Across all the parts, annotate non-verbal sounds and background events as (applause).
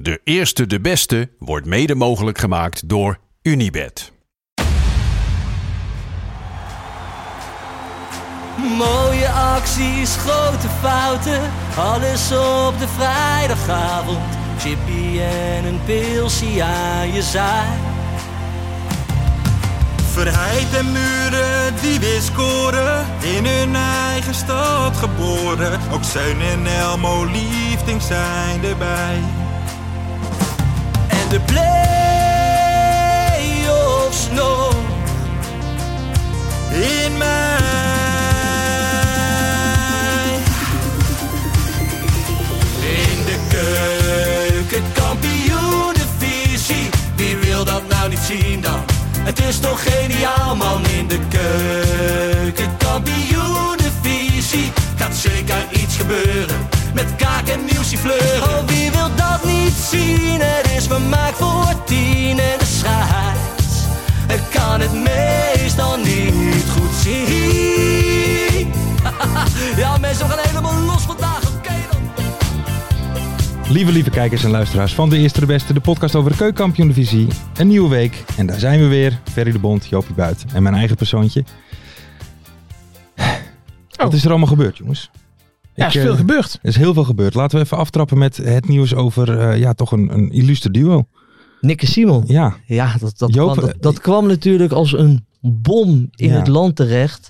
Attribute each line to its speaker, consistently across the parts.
Speaker 1: De eerste de beste wordt mede mogelijk gemaakt door Unibed.
Speaker 2: Mooie acties, grote fouten, alles op de vrijdagavond. Chippy en een pilsie aan je zaai.
Speaker 3: Verheid en muren die weer scoren, in hun eigen stad geboren. Ook Zijn en Elmo liefdings zijn erbij.
Speaker 2: En de play-offs nog.
Speaker 3: In mij.
Speaker 2: In de keuken, kampioen de visie. Wie wil dat nou niet zien dan? Het is toch geniaal man in de keuken, kampioen de visie. Gaat zeker iets gebeuren met kaak en nieuwsie fleuren. Oh, wie wil dat niet zien? Het is vermaakt voor tien en de scheids. Ik kan het meestal niet goed zien. (laughs) ja, mensen, we gaan helemaal los vandaag. Oké dan.
Speaker 4: Lieve, lieve kijkers en luisteraars van De Eerste de Beste, de podcast over de keukenkampioen-divisie. Een nieuwe week en daar zijn we weer. Ferry de Bond, Joopie Buit en mijn eigen persoontje. Wat is er allemaal gebeurd, jongens?
Speaker 5: Oh. Ja,
Speaker 4: Ik,
Speaker 5: is veel
Speaker 4: eh,
Speaker 5: gebeurd.
Speaker 4: Er is heel veel gebeurd. Laten we even aftrappen met het nieuws over eh, ja, toch een, een illustre duo.
Speaker 5: Nick en Simon. Ja,
Speaker 4: Ja,
Speaker 5: dat, dat,
Speaker 4: Joop,
Speaker 5: kwam, dat,
Speaker 4: eh,
Speaker 5: dat kwam natuurlijk als een bom in
Speaker 4: Ja.
Speaker 5: het land terecht.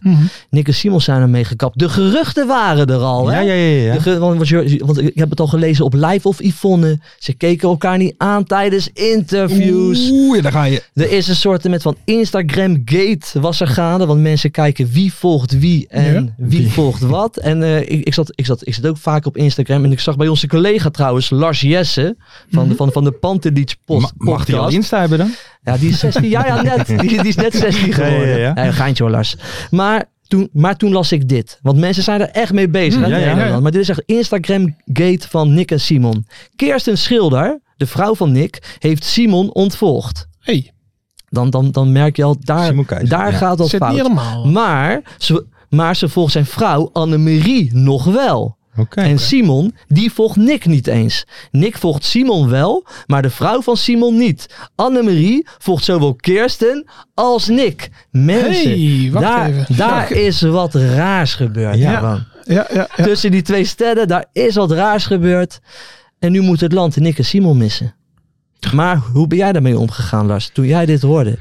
Speaker 5: Nick en Simon zijn ermee gekapt. De geruchten waren er al.
Speaker 4: ja,
Speaker 5: hè?
Speaker 4: ja, ja.
Speaker 5: De
Speaker 4: ja.
Speaker 5: ge- want, want je- want ik heb het al gelezen op Live of Yvonne. Ze keken elkaar niet aan tijdens interviews.
Speaker 4: Oeh, ja, daar ga je.
Speaker 5: Er is een soort met van Instagram gate was er gaande. Want mensen kijken wie volgt wie en wie volgt wat. En eh, ik, ik, zat, ik, zat, ik zat ook vaak op Instagram. En ik zag bij onze collega trouwens, Lars Jesse. Van, de van, van de Pantelich Post.
Speaker 4: Mhm. Ma- mag hij al
Speaker 5: podcast.
Speaker 4: Insta hebben dan?
Speaker 5: Ja, die is 16. Ja, ja, net. Die, die is net 16 geworden.
Speaker 4: Ja, ja, ja.
Speaker 5: Nee, geintje hoor, Lars. Maar toen, maar toen las ik dit. Want mensen zijn er echt mee bezig. hè,
Speaker 4: Mm, ja,
Speaker 5: in
Speaker 4: ja.
Speaker 5: Nederland. Maar dit is echt Instagram-gate van Nick en Simon. Kirsten Schilder, de vrouw van Nick, heeft Simon ontvolgd.
Speaker 4: Hey.
Speaker 5: Dan, dan, dan merk je al, daar,
Speaker 4: Simon Keizer,
Speaker 5: daar
Speaker 4: ja.
Speaker 5: gaat dat
Speaker 4: Zit niet
Speaker 5: fout.
Speaker 4: helemaal.
Speaker 5: Maar ze, maar ze volgt zijn vrouw Annemarie nog wel.
Speaker 4: Oké.
Speaker 5: En Simon, die volgt Nick niet eens. Nick volgt Simon wel, maar de vrouw van Simon niet. Annemarie volgt zowel Kirsten als Nick. Mensen,
Speaker 6: Hey, wacht
Speaker 5: daar,
Speaker 6: even.
Speaker 5: daar is wat raars gebeurd.
Speaker 4: Ja.
Speaker 5: gewoon.
Speaker 6: Ja, ja, ja.
Speaker 5: Tussen die twee sterren, daar is wat raars gebeurd. En nu moet het land Nick en Simon missen. Maar hoe ben jij daarmee omgegaan, Lars, toen jij dit hoorde?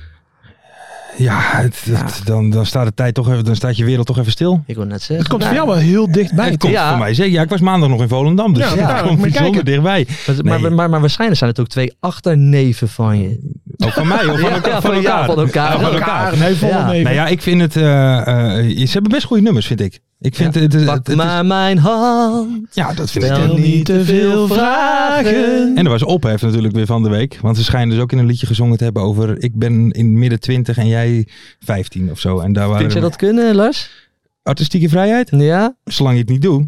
Speaker 4: Ja, het, het- dan, dan staat de tijd toch even, dan staat je wereld toch even stil.
Speaker 5: Ik wil net zeggen.
Speaker 6: Het komt voor
Speaker 5: nou,
Speaker 6: jou wel heel dichtbij.
Speaker 4: Het komt
Speaker 5: Ja.
Speaker 4: voor mij. Zeker, ja, ik was maandag nog in Volendam, dus
Speaker 6: Ja,
Speaker 4: ja,
Speaker 6: daar
Speaker 4: het
Speaker 6: moet
Speaker 4: komt
Speaker 6: je
Speaker 4: bijzonder dichtbij.
Speaker 5: maar,
Speaker 4: Nee.
Speaker 5: maar, maar waarschijnlijk zijn het ook twee achterneven van je.
Speaker 4: Ook van mij, of van, elkaar,
Speaker 5: (laughs) ja, ja,
Speaker 4: van elkaar.
Speaker 5: van elkaar.
Speaker 4: Ja, van elkaar.
Speaker 6: Nee, volgende
Speaker 5: Ja.
Speaker 6: even.
Speaker 4: Nou ja, ik vind het... eh, eh, ze hebben best goede nummers, vind ik. Ik vind
Speaker 5: Ja,
Speaker 4: het... het-
Speaker 5: Pak
Speaker 4: het- het is-
Speaker 5: maar mijn hand.
Speaker 4: ja, dat vind ik.
Speaker 5: Stel
Speaker 4: heel
Speaker 5: niet te veel vragen.
Speaker 4: En er was ophef natuurlijk weer van de week. Want ze schijnen dus ook in een liedje gezongen te hebben over... Ik ben in midden twintig en jij vijftien of zo. En daar waren...
Speaker 5: Vind je dat kunnen, Lars?
Speaker 4: Artistieke vrijheid?
Speaker 5: Ja?
Speaker 4: Zolang je het niet doet.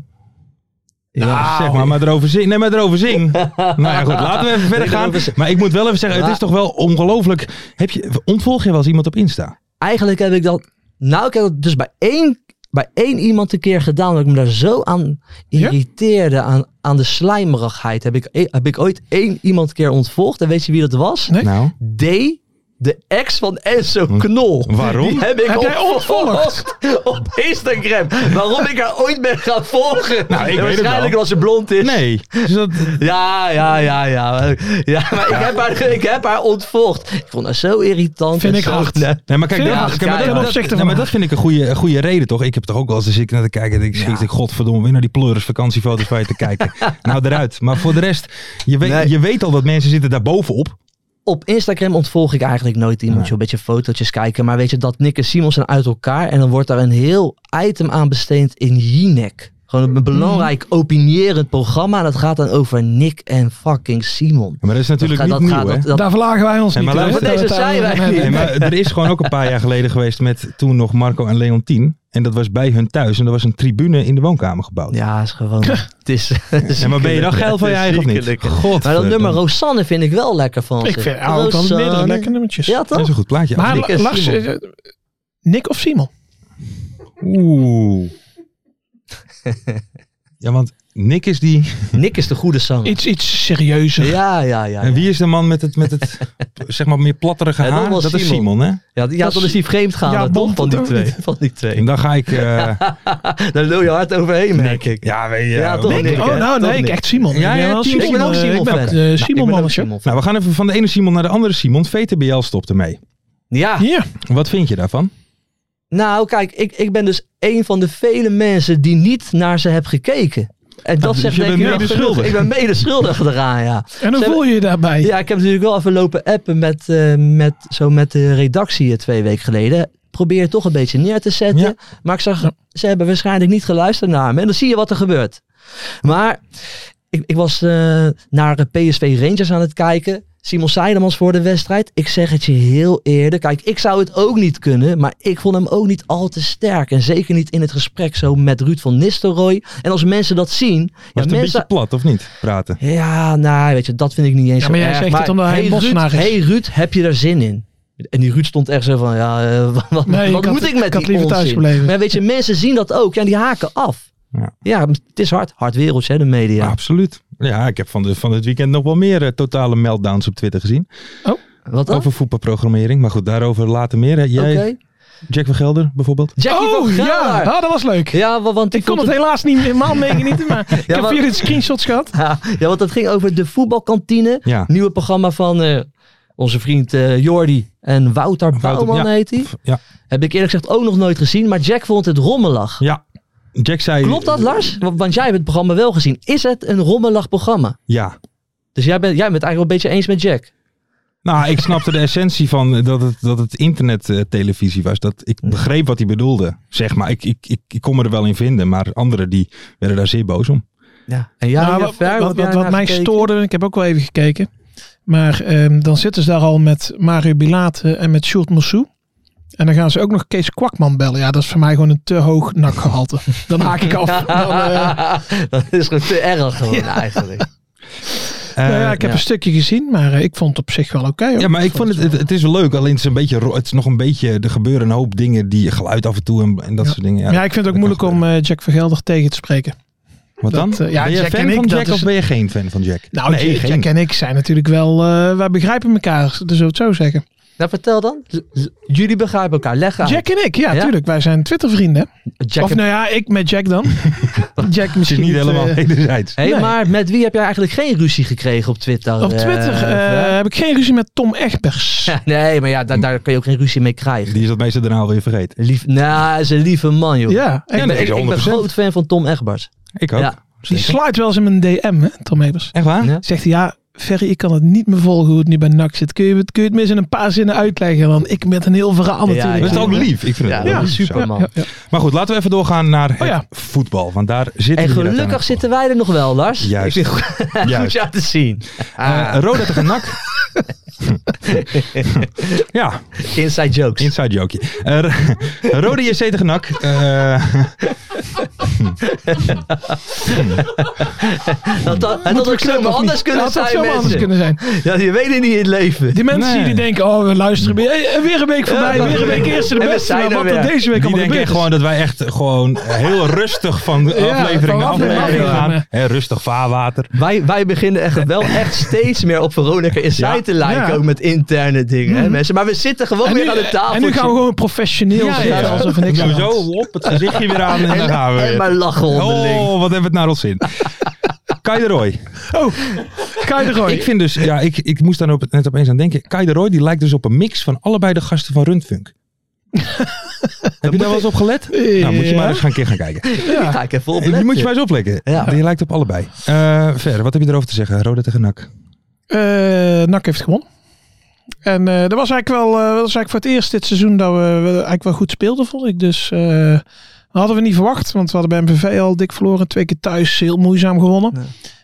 Speaker 5: Ja.
Speaker 4: zeg maar, maar erover zing. Nee, maar erover zing. nou ja, goed, laten we even verder gaan. Maar ik moet wel even zeggen, het
Speaker 5: Maar-
Speaker 4: is toch wel ongelooflijk. Heb je, ontvolg je wel eens iemand op Insta?
Speaker 5: Eigenlijk heb ik dat... Nou, ik heb dat dus bij één, bij één iemand een keer gedaan... dat ik me daar zo aan irriteerde, aan, aan de slijmerigheid. Heb ik, heb ik ooit één iemand een keer ontvolgd. En weet je wie dat was?
Speaker 6: Nee.
Speaker 4: Nou,
Speaker 5: D. de ex van Enzo Knol.
Speaker 4: Waarom?
Speaker 5: Die heb ik
Speaker 7: Heb jij
Speaker 5: opgevolgd op Instagram. Waarom ik haar ooit ben gaan volgen. En
Speaker 4: Nou, ik weet het
Speaker 5: waarschijnlijk
Speaker 4: wel.
Speaker 5: als ze blond is.
Speaker 4: Nee. Dus dat,
Speaker 5: Ja, ja, ja, ja. Ja, maar ik heb haar, ik heb haar ontvolgd. Ik vond haar zo irritant.
Speaker 7: Vind
Speaker 5: en
Speaker 7: ik
Speaker 5: zo-
Speaker 7: hard.
Speaker 5: Nee.
Speaker 4: nee, maar kijk,
Speaker 7: Vind
Speaker 4: dat,
Speaker 7: je
Speaker 5: dat-
Speaker 4: kijk, maar
Speaker 5: ja,
Speaker 4: dat,
Speaker 5: ten
Speaker 4: dat-
Speaker 7: opzichte
Speaker 4: nee,
Speaker 7: van
Speaker 4: maar
Speaker 7: haar?
Speaker 4: dat vind ik een goede, een goede reden, toch? Ik heb toch ook wel eens als ik naar te kijken en ik schrik, ik, godverdomme, weer naar die pleuris vakantiefoto's van je te kijken. nou, eruit. Maar voor de rest, je weet,
Speaker 5: Nee.
Speaker 4: je weet al dat mensen zitten daar bovenop.
Speaker 5: Op Instagram ontvolg ik eigenlijk nooit iemand.
Speaker 4: Nee.
Speaker 5: Je een beetje fotootjes kijken. Maar weet je, dat Nick en Simon zijn uit elkaar. En dan wordt daar een heel item aan besteed in Jinek. Gewoon
Speaker 7: Hmm.
Speaker 5: een belangrijk opinierend programma. En dat gaat dan over Nick en fucking Simon.
Speaker 4: Maar dat is natuurlijk
Speaker 5: dat
Speaker 4: niet
Speaker 5: gaat,
Speaker 4: nieuw,
Speaker 5: dat,
Speaker 4: hè?
Speaker 5: gaat- dat-
Speaker 7: Daar verlagen wij ons
Speaker 4: Nee,
Speaker 7: niet.
Speaker 4: maar
Speaker 7: hoor.
Speaker 4: luister,
Speaker 7: Dat-
Speaker 5: deze zijn wij
Speaker 7: nee,
Speaker 5: niet.
Speaker 7: nee,
Speaker 4: Nee, maar er is gewoon ook een paar jaar geleden geweest met toen nog Marco en Leontien. En dat was bij hun thuis. En er was een tribune in de woonkamer gebouwd. Ja,
Speaker 5: Ja, is gewoon... het is, (laughs) het is
Speaker 4: maar ben je dan
Speaker 5: ziekelijk.
Speaker 4: geil van je
Speaker 5: Het is
Speaker 4: eigen of niet?
Speaker 5: ziekelijk.
Speaker 4: God.
Speaker 5: Maar dat nummer Rosanne vind ik wel lekker van
Speaker 7: Ik
Speaker 5: ze.
Speaker 7: vind oud dan
Speaker 5: Rosanne.
Speaker 7: meer dan lekker nummertjes.
Speaker 5: Ja,
Speaker 4: Dat is
Speaker 5: toch?
Speaker 4: een goed plaatje.
Speaker 7: maar
Speaker 5: Nick
Speaker 7: Nick,
Speaker 5: en Simon.
Speaker 7: Nick of Simon?
Speaker 4: Oeh. Ja, want Nick is die...
Speaker 5: Nick is de goede zanger.
Speaker 7: Iets, iets serieuzer.
Speaker 5: Ja, ja, ja.
Speaker 4: En wie is de man met het, met het zeg maar, meer platterige
Speaker 5: Ja, dat
Speaker 4: haar?
Speaker 5: was
Speaker 4: Dat is
Speaker 5: Simon.
Speaker 4: Simon, hè?
Speaker 5: Ja, die- ja
Speaker 7: Dat
Speaker 5: dan
Speaker 7: is-
Speaker 5: is die vreemd gaan eh,
Speaker 7: Ja,
Speaker 5: toch?
Speaker 7: Bond
Speaker 5: Van die
Speaker 7: ook
Speaker 5: twee.
Speaker 7: niet.
Speaker 5: Van die twee.
Speaker 4: En dan ga ik... eh,
Speaker 5: (laughs) Daar lul je hard overheen, merk ik.
Speaker 4: ja, weet je.
Speaker 5: Ja, toch,
Speaker 4: want-
Speaker 5: Nick?
Speaker 7: Oh,
Speaker 5: hè?
Speaker 7: nou
Speaker 5: Toch
Speaker 7: nee, ik
Speaker 5: Nick.
Speaker 7: echt Simon.
Speaker 4: Ja, ja,
Speaker 7: ben wel
Speaker 4: team
Speaker 5: Ik ben ook
Speaker 7: eh,
Speaker 5: Simon
Speaker 7: Ik ben
Speaker 5: fan.
Speaker 7: ook, eh,
Speaker 5: Nou,
Speaker 7: Simon mannetje.
Speaker 4: Nou, we gaan even van de ene Simon naar de andere Simon. VTBL stopte mee.
Speaker 5: Ja,
Speaker 7: Ja,
Speaker 4: Wat vind je daarvan?
Speaker 5: nou kijk, ik, ik ben dus een van de vele mensen die niet naar ze heb gekeken.
Speaker 7: Nou,
Speaker 5: En dat
Speaker 4: dus
Speaker 5: zegt
Speaker 4: je
Speaker 5: denk
Speaker 4: bent
Speaker 5: ik wel
Speaker 4: mede
Speaker 5: genoeg.
Speaker 4: schuldig.
Speaker 5: Ik ben mede schuldig eraan, ja.
Speaker 7: en hoe
Speaker 5: Ze-
Speaker 7: voel je je daarbij?
Speaker 5: Ja, ik heb natuurlijk wel even lopen appen met, eh, met, zo met de redactie eh, twee weken geleden. Probeer het toch een beetje neer te zetten.
Speaker 4: Ja.
Speaker 5: Maar ik zag, ze hebben waarschijnlijk niet geluisterd naar me. En dan zie je wat er gebeurt. Maar ik, ik was eh, naar eh, PSV Rangers aan het kijken. Simon Seidemans voor de wedstrijd. Ik zeg het je heel eerlijk. Kijk, ik zou het ook niet kunnen. Maar ik vond hem ook niet al te sterk. En zeker niet in het gesprek zo met Ruud van Nistelrooy. En als mensen dat zien.
Speaker 4: Was het
Speaker 5: mensen,
Speaker 4: een beetje plat, of niet? Praten.
Speaker 5: ja, nou, weet je, dat vind ik niet eens
Speaker 7: Ja,
Speaker 5: zo
Speaker 7: maar jij
Speaker 5: erg.
Speaker 7: zegt het omdat hij
Speaker 5: hey,
Speaker 7: een Bossenaar
Speaker 5: Ruud,
Speaker 7: is.
Speaker 5: hey Ruud, heb je daar zin in? En die Ruud stond echt zo van, ja, eh, (laughs) wat, wat
Speaker 7: Nee, ik
Speaker 5: moet
Speaker 7: had-
Speaker 5: ik met
Speaker 7: ik had
Speaker 5: die
Speaker 7: liever
Speaker 5: onzin?
Speaker 7: thuis gebleven.
Speaker 5: Maar weet je, mensen zien dat ook. Ja, en die haken af.
Speaker 4: Ja.
Speaker 5: Ja, het is hard. Hard wereld, hè, de media.
Speaker 4: Absoluut. Ja, ik heb van, de, van het weekend nog wel meer eh, totale meltdowns op Twitter gezien.
Speaker 5: Wat dan?
Speaker 4: Over voetbalprogrammering. Maar goed, daarover later meer. Hè.
Speaker 5: Oké.
Speaker 4: Jij, Jack van Gelder bijvoorbeeld.
Speaker 5: Jackie
Speaker 7: Oh,
Speaker 5: van
Speaker 7: ja.
Speaker 5: Gelder.
Speaker 7: Ah, dat was leuk.
Speaker 5: Ja, wa- want
Speaker 7: Ik kon
Speaker 5: vond
Speaker 7: het helaas niet helemaal meegenieten, maar ik heb
Speaker 5: maar-
Speaker 7: hier de screenshots gehad.
Speaker 5: (laughs) Ja, want dat ging over de voetbalkantine.
Speaker 4: Ja.
Speaker 5: Nieuwe programma van eh, onze vriend eh, Jordi en Wouter
Speaker 4: Wouter,
Speaker 5: Bouwman
Speaker 4: ja.
Speaker 5: heet hij.
Speaker 4: Ja.
Speaker 5: Heb ik eerlijk gezegd ook nog nooit gezien. Maar Jack vond het rommelig.
Speaker 4: ja. Jack zei...
Speaker 5: Klopt dat, Lars?
Speaker 7: eh,
Speaker 5: Want want jij hebt het programma wel gezien. Is het een rommelig programma?
Speaker 4: Ja.
Speaker 5: Dus jij bent, jij bent het eigenlijk wel een beetje eens met Jack.
Speaker 4: Nou, ik snapte de essentie van eh, dat het, dat het internettelevisie was. Dat ik begreep wat hij bedoelde. Zeg maar, ik, ik, ik, ik kon me er wel in vinden. Maar anderen die werden daar zeer boos om.
Speaker 5: Ja. En jij,
Speaker 7: Nou,
Speaker 5: ja,
Speaker 7: wat
Speaker 5: Fer,
Speaker 7: wat,
Speaker 5: heb jij
Speaker 7: wat, wat
Speaker 5: naar
Speaker 7: mij
Speaker 5: gekeken? (laughs)
Speaker 7: stoorde, ik heb ook wel even gekeken. Maar ehm, dan zitten ze daar al met Mario Bilate en met Sjoerd Mossou. En dan gaan ze ook nog Kees Kwakman bellen. Ja, dat is voor mij gewoon een te hoog nakgehalte. Dan haak ik
Speaker 5: (laughs)
Speaker 7: af. Dan, eh,
Speaker 5: dat is gewoon te
Speaker 7: (laughs)
Speaker 5: erg gewoon eigenlijk.
Speaker 7: nou ja,
Speaker 4: Eh,
Speaker 7: ik heb
Speaker 5: ja.
Speaker 7: een stukje gezien, maar eh, ik vond het op zich wel oké. hoor.
Speaker 4: Ja, maar ik vond het, het, het is wel leuk. Alleen het is, een beetje, ro- het is nog een beetje, er gebeuren een hoop dingen die geluid af en toe en, en dat
Speaker 7: Ja.
Speaker 4: soort dingen. Ja,
Speaker 7: Maar ja, ik vind het ook
Speaker 4: dat
Speaker 7: moeilijk
Speaker 4: kan
Speaker 7: om eh, Jack Vergelder tegen te spreken.
Speaker 4: Wat dan?
Speaker 7: Dat, eh, ja,
Speaker 4: ben je
Speaker 7: Jack
Speaker 4: fan
Speaker 7: en ik,
Speaker 4: van
Speaker 7: dat
Speaker 4: Jack
Speaker 7: is-
Speaker 4: of ben je geen fan van Jack?
Speaker 7: Nou, Jack- Jack en ik zijn natuurlijk wel... eh, wij begrijpen elkaar, dus zullen we het zo zeggen.
Speaker 5: nou, vertel dan. L- l- Jullie begrijpen elkaar. Leg uit.
Speaker 7: Jack en ik, ja,
Speaker 5: Ja?
Speaker 7: tuurlijk. Wij zijn Twitter-vrienden.
Speaker 5: Jack
Speaker 7: Of
Speaker 5: en-
Speaker 7: nou ja, ik met
Speaker 5: (laughs)
Speaker 7: Jack dan. Jack
Speaker 4: Het is
Speaker 7: misschien
Speaker 4: niet
Speaker 7: eh,
Speaker 4: helemaal wederzijds.
Speaker 5: Hey,
Speaker 7: nee.
Speaker 5: Maar met wie heb jij eigenlijk geen ruzie gekregen op Twitter?
Speaker 7: Op Twitter
Speaker 5: eh,
Speaker 7: eh,
Speaker 5: Fer?
Speaker 7: heb ik geen ruzie met Tom Egbers.
Speaker 5: nee, maar (laughs) ja, daar, daar kun je ook geen ruzie mee krijgen.
Speaker 4: Die is dat meeste daarna alweer vergeten.
Speaker 5: Lief, nou, hij is een lieve man, joh.
Speaker 7: Ja,
Speaker 5: Ik,
Speaker 7: en
Speaker 5: ben,
Speaker 4: nee,
Speaker 5: ik, ik ben
Speaker 4: 100%.
Speaker 5: groot fan van Tom Egbers.
Speaker 4: Ik ook.
Speaker 5: Ja.
Speaker 7: die slaat wel eens in mijn DM, hè, Tom Egbers.
Speaker 4: Echt waar?
Speaker 5: Ja.
Speaker 7: Zegt hij, ja, Ferry, ik kan het niet meer volgen hoe het nu bij NAC zit. Kun je, het- kun je het mis in een paar zinnen uitleggen? Want ik met een heel verhaal
Speaker 5: Ja,
Speaker 7: Oh, natuurlijk.
Speaker 4: Dat is
Speaker 5: ja.
Speaker 4: ook lief. Ik vind
Speaker 5: Ja,
Speaker 4: het
Speaker 5: dat
Speaker 4: wel
Speaker 5: is
Speaker 4: lief.
Speaker 5: super, man.
Speaker 7: Ja, ja.
Speaker 4: Zo. Maar goed, laten we even doorgaan naar het
Speaker 7: Oh ja.
Speaker 4: voetbal. Want daar
Speaker 5: En
Speaker 4: zitten we hier
Speaker 5: gelukkig
Speaker 4: uiteindelijk
Speaker 5: zitten wij er nog wel, Lars.
Speaker 4: Juist.
Speaker 5: Ik vind het goed, goed
Speaker 4: (laughs) Juist.
Speaker 5: jou te zien.
Speaker 4: voor. Eh, Roda tegen NAC. (laughs) ja,
Speaker 5: Inside jokes.
Speaker 4: inside jokeje. (laughs) Eh, Roda JC tegen NAC. Eh,
Speaker 5: Dat, dat, het had ook zomaar anders kunnen
Speaker 7: Dat had
Speaker 5: zijn,
Speaker 7: zomaar anders
Speaker 5: mensen.
Speaker 7: kunnen zijn.
Speaker 5: Ja, je weet het niet in het leven.
Speaker 7: Die mensen
Speaker 4: Nee.
Speaker 7: die denken, oh, we luisteren weer. Hey, weer een week voorbij,
Speaker 5: Ja,
Speaker 7: weer een week eerste de
Speaker 5: en we
Speaker 7: beste.
Speaker 5: zijn
Speaker 7: Nou,
Speaker 5: er
Speaker 7: Wat
Speaker 5: weer.
Speaker 7: er deze week
Speaker 4: die
Speaker 7: allemaal
Speaker 4: denken
Speaker 7: gebeurd is.
Speaker 4: gewoon dat wij echt gewoon heel rustig van aflevering naar
Speaker 7: aflevering
Speaker 4: aflevering gaan.
Speaker 7: gaan,
Speaker 4: Hè, rustig vaarwater.
Speaker 5: Wij, wij beginnen echt wel echt steeds meer op Veronica Inside
Speaker 4: Ja,
Speaker 5: bij te lijken
Speaker 7: Ja.
Speaker 5: ook met interne dingen, hè,
Speaker 7: Mhm.
Speaker 5: mensen. Maar we zitten gewoon
Speaker 7: En
Speaker 5: weer
Speaker 7: nu,
Speaker 5: aan de tafel.
Speaker 7: en nu gaan we gewoon professioneel
Speaker 5: Ja,
Speaker 7: zitten,
Speaker 5: ja.
Speaker 7: alsof er niks aan de hand
Speaker 4: Sowieso,
Speaker 7: is.
Speaker 4: op het gezichtje weer aan en, dan gaan we
Speaker 5: En
Speaker 4: weer.
Speaker 5: maar lachen onderling.
Speaker 4: Oh, wat hebben we het naar ons zin. Kai de Roy.
Speaker 7: Oh, Kai de Roy.
Speaker 4: Ik vind dus, ja, ik, ik moest daar op, net opeens aan denken. Kai de Roy die lijkt dus op een mix van allebei de gasten van Rundfunk. Heb je daar wel eens op gelet? Nou, moet je maar
Speaker 7: Ja.
Speaker 4: eens gaan een keer gaan kijken.
Speaker 5: Die ga ik even opletten.
Speaker 4: Die moet je maar eens oplekken.
Speaker 5: Ja.
Speaker 4: Die lijkt op allebei. Eh, verder, wat heb je erover te zeggen? Roda tegen Nak.
Speaker 7: Eh, NAC heeft gewonnen. En eh, dat was eigenlijk wel eh, dat was eigenlijk voor het eerst dit seizoen dat we, we eigenlijk wel goed speelden, vond ik. Dus eh, dat hadden we niet verwacht, want we hadden bij MVV al dik verloren. Twee keer thuis heel moeizaam gewonnen.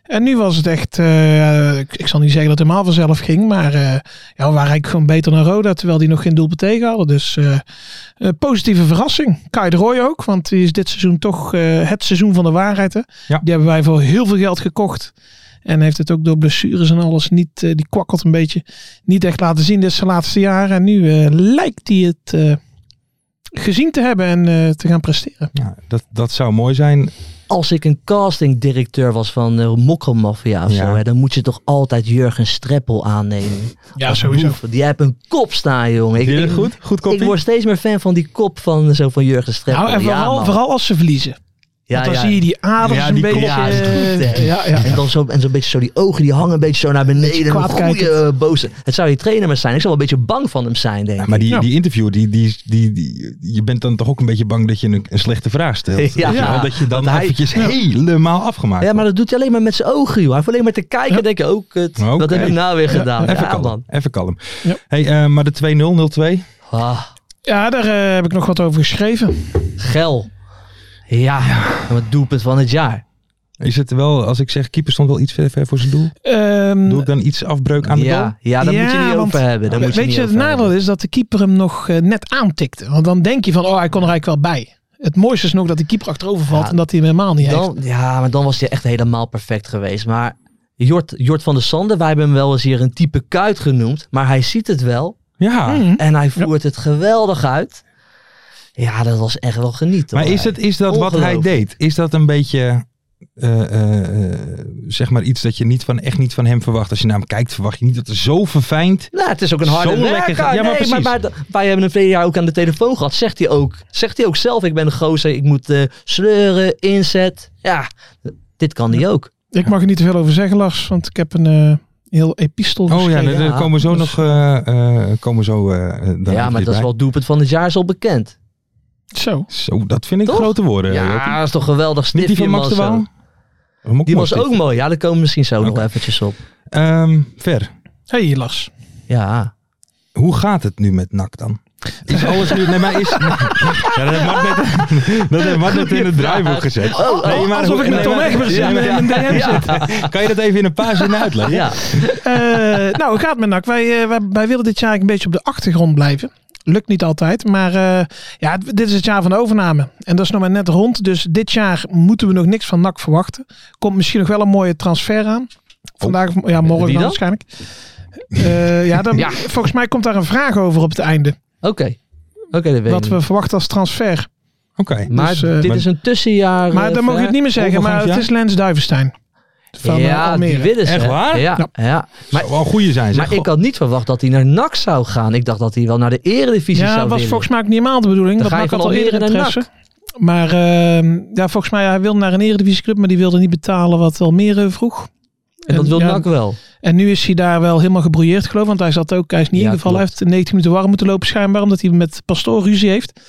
Speaker 7: En nu was het echt, eh, ik, ik zal niet zeggen dat het helemaal vanzelf ging, maar eh, ja, we waren eigenlijk gewoon beter dan Roda, terwijl die nog geen doelpunt tegen hadden. Dus eh, een positieve verrassing. Kai de Roy ook, want die is dit seizoen toch eh, het seizoen van de waarheid. Hè?
Speaker 4: Ja.
Speaker 7: Die hebben wij voor heel veel geld gekocht. En heeft het ook door blessures en alles niet, eh, die kwakkelt een beetje, niet echt laten zien dit zijn laatste jaren. En nu eh, lijkt hij het eh, gezien te hebben en eh, te gaan presteren.
Speaker 4: Ja, Nou, dat, dat zou mooi zijn.
Speaker 5: Als ik een castingdirecteur was van eh Mokkelmafia of
Speaker 4: Ja.
Speaker 5: zo, hè, dan moet je toch altijd Jurgen Streppel aannemen.
Speaker 7: Ja,
Speaker 5: Als boef. Die hebt een kop staan, jongen. Ik,
Speaker 4: Vind je dat
Speaker 5: ik-
Speaker 4: goed? Goed
Speaker 5: Ik
Speaker 4: kopje?
Speaker 5: word steeds meer fan van die kop van, zo van Jurgen Streppel.
Speaker 7: Nou, en
Speaker 5: Ja,
Speaker 7: vooral,
Speaker 5: man.
Speaker 7: vooral als ze verliezen.
Speaker 5: Ja,
Speaker 7: Want dan
Speaker 5: ja.
Speaker 7: zie je die aders
Speaker 4: Ja,
Speaker 7: een
Speaker 4: die
Speaker 7: beetje.
Speaker 4: klopt.
Speaker 5: Ja, is goed, hè.
Speaker 7: eh, ja, ja.
Speaker 5: En dan zo, en zo'n beetje zo die ogen, die hangen een beetje zo naar beneden. Een
Speaker 7: kwaadkijkend.
Speaker 5: goede eh, boze. Het zou die trainer maar zijn. Ik zou wel een beetje bang van hem zijn, denk
Speaker 4: Ja,
Speaker 5: ik.
Speaker 4: maar die,
Speaker 7: Ja.
Speaker 4: die interview, die, die, die, die- je bent dan toch ook een beetje bang dat je een, een slechte vraag stelt.
Speaker 5: Ja.
Speaker 4: Weet je wel? Dat je dan
Speaker 5: Want hij-
Speaker 4: eventjes helemaal afgemaakt
Speaker 5: Ja, maar
Speaker 4: wordt.
Speaker 5: dat doet hij alleen maar met zijn ogen, joh. Hij hoeft alleen maar te kijken en denken, ook het.
Speaker 4: Oké.
Speaker 5: Wat heb ik nou weer
Speaker 4: Ja,
Speaker 5: gedaan? Ja,
Speaker 4: even kalm.
Speaker 5: man.
Speaker 4: Even kalm.
Speaker 7: Ja.
Speaker 4: Hey, eh, maar de 2-0, 0-2.
Speaker 5: Ah,
Speaker 7: Ja, daar eh, heb ik nog wat over geschreven.
Speaker 5: gel. Ja, en het doelpunt van het jaar.
Speaker 4: Is het wel, als ik zeg keeper stond wel iets ver, ver voor zijn doel?
Speaker 7: Ehm,
Speaker 4: Doe ik dan iets afbreuk aan de goal?
Speaker 5: ja, ja, daar
Speaker 7: Ja,
Speaker 5: moet je niet
Speaker 7: want-
Speaker 5: over hebben. Daar moet je
Speaker 7: weet
Speaker 5: niet
Speaker 7: je, het
Speaker 5: over
Speaker 7: nadeel
Speaker 5: hebben.
Speaker 7: is dat de keeper hem nog eh, net aantikte. Want dan denk je van, oh, hij kon er eigenlijk wel bij. Het mooiste is nog dat de keeper achterover valt
Speaker 5: Ja,
Speaker 7: en dat hij hem helemaal niet heeft.
Speaker 5: Dan, ja, maar dan was hij echt helemaal perfect geweest. Maar Jort, Jort van der Sande, wij hebben hem wel eens hier een type kuit genoemd. Maar hij ziet het wel.
Speaker 4: Ja.
Speaker 7: Mhm.
Speaker 5: En hij voert het geweldig uit. Ja, dat was echt wel genieten.
Speaker 4: Maar
Speaker 5: hoor.
Speaker 4: is, het, is dat wat hij
Speaker 5: Ongelooflijk.
Speaker 4: deed? Is dat een beetje, eh, eh, eh, zeg maar iets dat je niet van, echt niet van hem verwacht? Als je naar hem kijkt, verwacht je niet dat er zo verfijnd...
Speaker 5: Nou, het is ook een harde
Speaker 4: Zo'n
Speaker 5: werker.
Speaker 4: lekker ge- ja, maar
Speaker 5: nee, maar,
Speaker 4: precies.
Speaker 5: maar d- wij hebben hem vorig jaar ook aan de telefoon gehad. Zegt hij ook, zegt hij ook zelf, ik ben een gozer, ik moet eh, sleuren, inzet. Ja, dit kan hij ook.
Speaker 7: Ik mag er niet te veel over zeggen, Lars, want ik heb een eh, heel epistel
Speaker 4: Oh ja,
Speaker 7: geschreven.
Speaker 4: daar
Speaker 5: ja, Dus-
Speaker 4: komen we zo
Speaker 7: dat
Speaker 4: nog eh, eh, komen we zo, eh, eh, daar
Speaker 5: ja, maar dat is
Speaker 4: bij.
Speaker 5: wel het doelpunt van het jaar, is al bekend.
Speaker 7: Zo.
Speaker 4: Zo, dat vind ik
Speaker 5: Toch?
Speaker 4: grote woorden. Joppie.
Speaker 5: Ja, dat is toch geweldig
Speaker 4: Niet
Speaker 5: stiftje.
Speaker 4: die van Max de
Speaker 5: man, zo.
Speaker 4: Waal? Mok-
Speaker 5: Die was
Speaker 4: Mok-
Speaker 5: ook mooi. Ja, daar komen we misschien zo nog
Speaker 4: Oké.
Speaker 5: eventjes op.
Speaker 4: Ehm, ver.
Speaker 7: hey, Lars.
Speaker 5: Ja.
Speaker 4: Hoe gaat het nu met
Speaker 5: (laughs)
Speaker 4: NAC dan? Is alles nu... Nee, maar is... (laughs) Ja, dat heeft Mart net, (laughs) dat heeft Mart net in het draaiboek gezet.
Speaker 5: Oh, oh,
Speaker 4: maar
Speaker 7: alsof
Speaker 4: hoe-
Speaker 7: ik met Tom
Speaker 4: maar-
Speaker 7: Egbers
Speaker 4: Ja,
Speaker 7: in- eh,
Speaker 4: maar-
Speaker 7: in een DM
Speaker 4: ja. Kan je dat even in een paar zinnen uitleggen?
Speaker 5: Ja.
Speaker 7: Eh, nou, hoe gaat het met NAC? Wij, eh, wij, wij willen dit jaar een beetje op de achtergrond blijven. Lukt niet altijd, maar eh, ja, het- dit is het jaar van de overname. En dat is nog maar net rond, dus dit jaar moeten we nog niks van NAC verwachten. Komt misschien nog wel een mooie transfer aan. Vandaag, of- ja, morgen
Speaker 5: Wie
Speaker 7: dan
Speaker 5: dan?
Speaker 7: waarschijnlijk. Eh, ja, dan,
Speaker 5: Ja.
Speaker 7: volgens mij komt daar een vraag over op het einde.
Speaker 5: Oké. Oké, dat weet
Speaker 7: Wat
Speaker 5: ik
Speaker 7: we
Speaker 5: niet.
Speaker 7: verwachten als transfer.
Speaker 4: Oké.
Speaker 5: Maar
Speaker 7: dus, eh,
Speaker 5: dit
Speaker 4: maar-
Speaker 5: is een tussenjaar. eh,
Speaker 7: Maar dan mogen we het niet meer zeggen,
Speaker 4: Volgend
Speaker 7: maar het
Speaker 4: jaar?
Speaker 7: is Lens Duivenstein. Van eh,
Speaker 5: Ja, die
Speaker 7: Almere.
Speaker 5: willen ze.
Speaker 4: Echt
Speaker 5: hè?
Speaker 4: waar?
Speaker 7: Nou.
Speaker 5: Ja. ja. Maar
Speaker 4: Zou wel een goeie zijn, zeg.
Speaker 5: Maar ik had niet verwacht dat hij naar NAC zou gaan. Ik dacht dat hij wel naar de eredivisie
Speaker 7: Ja,
Speaker 5: zou
Speaker 7: was
Speaker 5: willen.
Speaker 7: volgens mij ook niet helemaal de bedoeling.
Speaker 5: Dan
Speaker 7: dat
Speaker 5: ga je
Speaker 7: NAC had
Speaker 5: van
Speaker 7: al eerder
Speaker 5: Almere naar
Speaker 7: interesse. Maar ehm, ja, volgens mij, hij wilde naar een eredivisieclub, maar die wilde niet betalen wat Almere vroeg.
Speaker 5: En dat wil
Speaker 7: ja,
Speaker 5: NAC wel.
Speaker 7: En nu is hij daar wel helemaal gebrouilleerd, geloof ik. Want hij, zat ook, hij is niet
Speaker 5: Ja,
Speaker 7: ingevallen. Hij
Speaker 5: klopt.
Speaker 7: heeft 90 minuten warm moeten lopen schijnbaar, omdat hij met Pastoor ruzie heeft.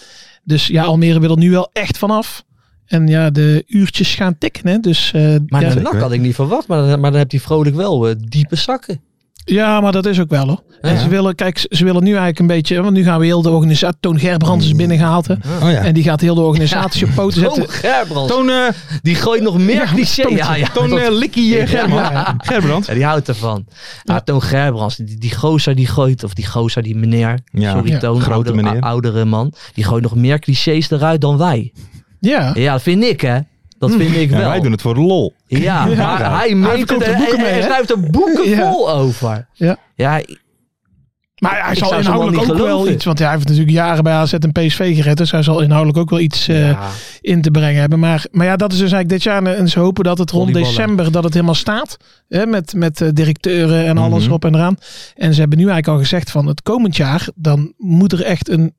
Speaker 7: Dus ja, Almere wil er nu wel echt vanaf. En ja, de uurtjes gaan tikken, hè. Dus, eh,
Speaker 5: Maar
Speaker 7: ja,
Speaker 5: naar
Speaker 4: zeker.
Speaker 5: NAC had ik niet verwacht. Maar, maar dan heb hij vrolijk wel eh, diepe zakken.
Speaker 7: ja, maar dat is ook wel, hoor. En
Speaker 5: Ja.
Speaker 7: ze willen, kijk, ze willen nu eigenlijk een beetje... Want nu gaan we heel de organisatie... Toon Gerbrands is
Speaker 5: Mm.
Speaker 7: binnengehaald, hè.
Speaker 4: Oh ja.
Speaker 7: En die gaat heel de organisatie
Speaker 5: (laughs)
Speaker 7: op poten zetten.
Speaker 5: Oh, Gerbrands.
Speaker 4: Toon, eh,
Speaker 5: die gooit nog meer cliché. Ja, ja,
Speaker 4: Toon
Speaker 5: dat-
Speaker 4: eh, Likkie eh, German.
Speaker 5: Ja.
Speaker 4: Gerbrand.
Speaker 5: Ja, die houdt ervan. Ja, Toon Gerbrands, die, die gozer die gooit, of die gozer, die meneer,
Speaker 4: Ja.
Speaker 5: sorry
Speaker 7: Ja,
Speaker 5: Toon,
Speaker 4: grote
Speaker 5: oudere,
Speaker 4: meneer.
Speaker 5: ou- oudere man, die gooit nog meer clichés eruit dan wij.
Speaker 7: Ja.
Speaker 5: Ja, dat vind ik hè. Dat vind ik
Speaker 4: Ja,
Speaker 5: wel.
Speaker 4: wij doen het voor de lol.
Speaker 5: Ja,
Speaker 7: Ja.
Speaker 5: maar hij meet
Speaker 7: verkoopt
Speaker 5: het
Speaker 7: er
Speaker 5: en
Speaker 7: boeken
Speaker 5: hij
Speaker 7: mee, hè?
Speaker 5: schrijft er boeken
Speaker 7: Ja.
Speaker 5: vol over.
Speaker 7: Ja.
Speaker 5: ja,
Speaker 7: Maar hij
Speaker 5: Ik
Speaker 7: zal
Speaker 5: zou ze allemaal
Speaker 7: inhoudelijk ook
Speaker 5: niet
Speaker 7: wel
Speaker 5: geloven.
Speaker 7: iets. Want ja, hij heeft natuurlijk jaren bij AZ en PSV gered. Dus hij zal inhoudelijk ook wel iets eh,
Speaker 5: Ja.
Speaker 7: in te brengen hebben. Maar, maar ja, dat is dus eigenlijk dit jaar. En ze hopen dat het rond
Speaker 5: Volleyballen.
Speaker 7: december dat het helemaal staat. Hè, met met eh, directeuren
Speaker 5: Mhm.
Speaker 7: en alles erop en eraan. En ze hebben nu eigenlijk al gezegd van het komend jaar. Dan moet er echt een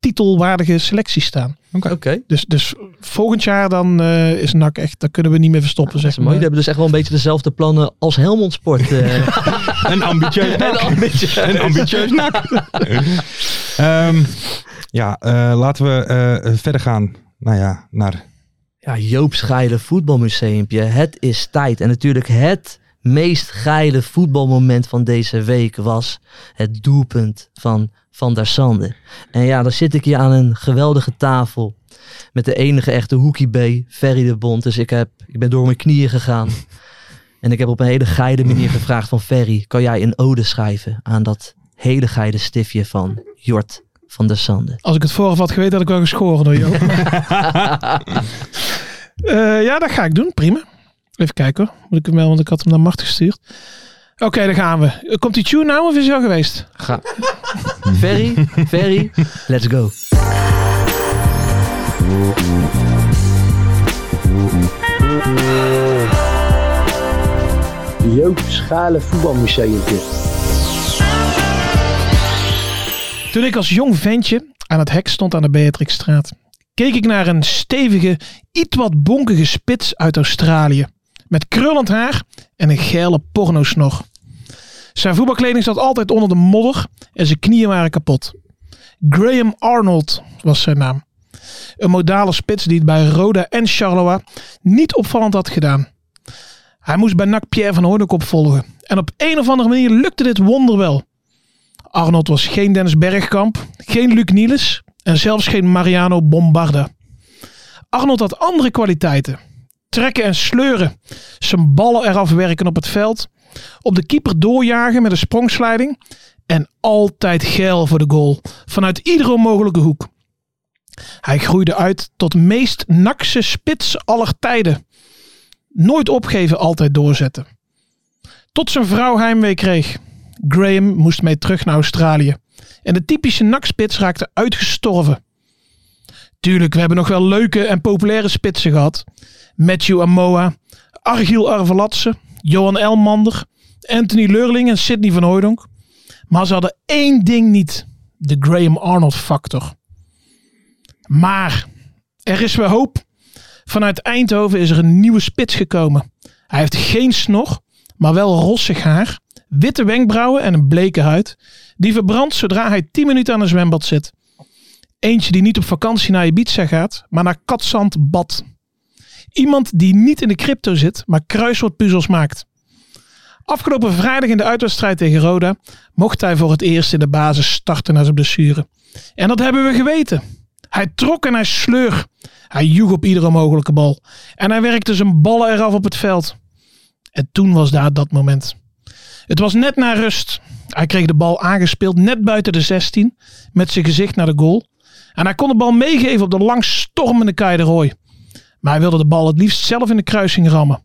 Speaker 7: titelwaardige selectie staan.
Speaker 5: Oké.
Speaker 7: Dus, dus volgend jaar dan eh, is NAC echt, daar kunnen we niet meer verstoppen.
Speaker 5: Dat
Speaker 7: zeg
Speaker 5: is mooi. Die
Speaker 7: maar.
Speaker 5: hebben dus echt wel een beetje dezelfde plannen als Helmond Sport. eh.
Speaker 4: Een ambitieus
Speaker 5: (laughs) En
Speaker 4: nak.
Speaker 5: al een
Speaker 4: (laughs)
Speaker 5: beetje-
Speaker 4: Een
Speaker 7: (laughs)
Speaker 4: ambitieus nak. Ehm, ja, eh, laten we eh, verder gaan. Nou ja, naar...
Speaker 5: Ja, Joop's geile voetbalmuseumpje. Het is tijd. En natuurlijk het meest geile voetbalmoment van deze week was het doelpunt van Van der Sande. En ja, dan zit ik hier aan een geweldige tafel met de enige echte hoekie B, Ferry de Bond. Dus ik, heb, ik ben door mijn knieën gegaan. (laughs) En ik heb op een hele geile manier gevraagd van Ferry, kan jij een ode schrijven aan dat hele geile stiftje van Jort van der Sande?
Speaker 7: Als ik het vooraf had geweten, had ik wel geschoren door
Speaker 5: (laughs)
Speaker 7: jou. (laughs) Eh, ja, dat ga ik doen. Prima. Even kijken hoor. Moet ik hem wel, want ik had hem naar Mart gestuurd. Oké, daar gaan we. Eh, Komt die tune nou of is hij al geweest?
Speaker 5: Ga. Ferry, Ferry, let's go.
Speaker 8: Joopschalen voetbalmuseumpje.
Speaker 7: Toen ik als jong ventje aan het hek stond aan de Beatrixstraat, keek ik naar een stevige, iets wat bonkige spits uit Australië. Met krullend haar en een geile pornosnor. Zijn voetbalkleding zat altijd onder de modder en zijn knieën waren kapot. Graham Arnold was zijn naam. Een modale spits die het bij Roda en Charleroi niet opvallend had gedaan. Hij moest bij NAC Pierre van Hoornik opvolgen. En op een of andere manier lukte dit wonder wel. Arnold was geen Dennis Bergkamp, geen Luc Niels en zelfs geen Mariano Bombarda. Arnold had andere kwaliteiten. Trekken en sleuren. Zijn ballen eraf werken op het veld. Op de keeper doorjagen met een sprongsleiding. En altijd geil voor de goal. Vanuit iedere mogelijke hoek. Hij groeide uit tot meest nakse spits aller tijden. Nooit opgeven, altijd doorzetten. Tot zijn vrouw heimwee kreeg. Graham moest mee terug naar Australië. En de typische nakspits raakte uitgestorven. Tuurlijk, we hebben nog wel leuke en populaire spitsen gehad. Matthew Amoa, Argiel Arvelatse, Johan Elmander, Anthony Leurling en Sidney van Hooydonk. Maar ze hadden één ding niet. De Graham Arnold factor. Maar er is weer hoop. Vanuit Eindhoven is er een nieuwe spits gekomen. Hij heeft geen snor, maar wel rossig haar, witte wenkbrauwen en een bleke huid. Die verbrandt zodra hij 10 minuten aan een zwembad zit. Eentje die niet op vakantie naar Ibiza gaat, maar naar Katzand bad. Iemand die niet in de crypto zit, maar kruiswoordpuzzels maakt. Afgelopen vrijdag in de uitwedstrijd tegen Roda mocht hij voor het eerst in de basis starten na zijn blessure. En dat hebben we geweten. Hij trok en hij sleur. Hij joeg op iedere mogelijke bal. En hij werkte zijn ballen eraf op het veld. En toen was daar dat moment. Het was net na rust. Hij kreeg de bal aangespeeld net buiten de 16 met zijn gezicht naar de goal. En hij kon de bal meegeven op de langstormende Kai de Roy. Maar hij wilde de bal het liefst zelf in de kruising rammen.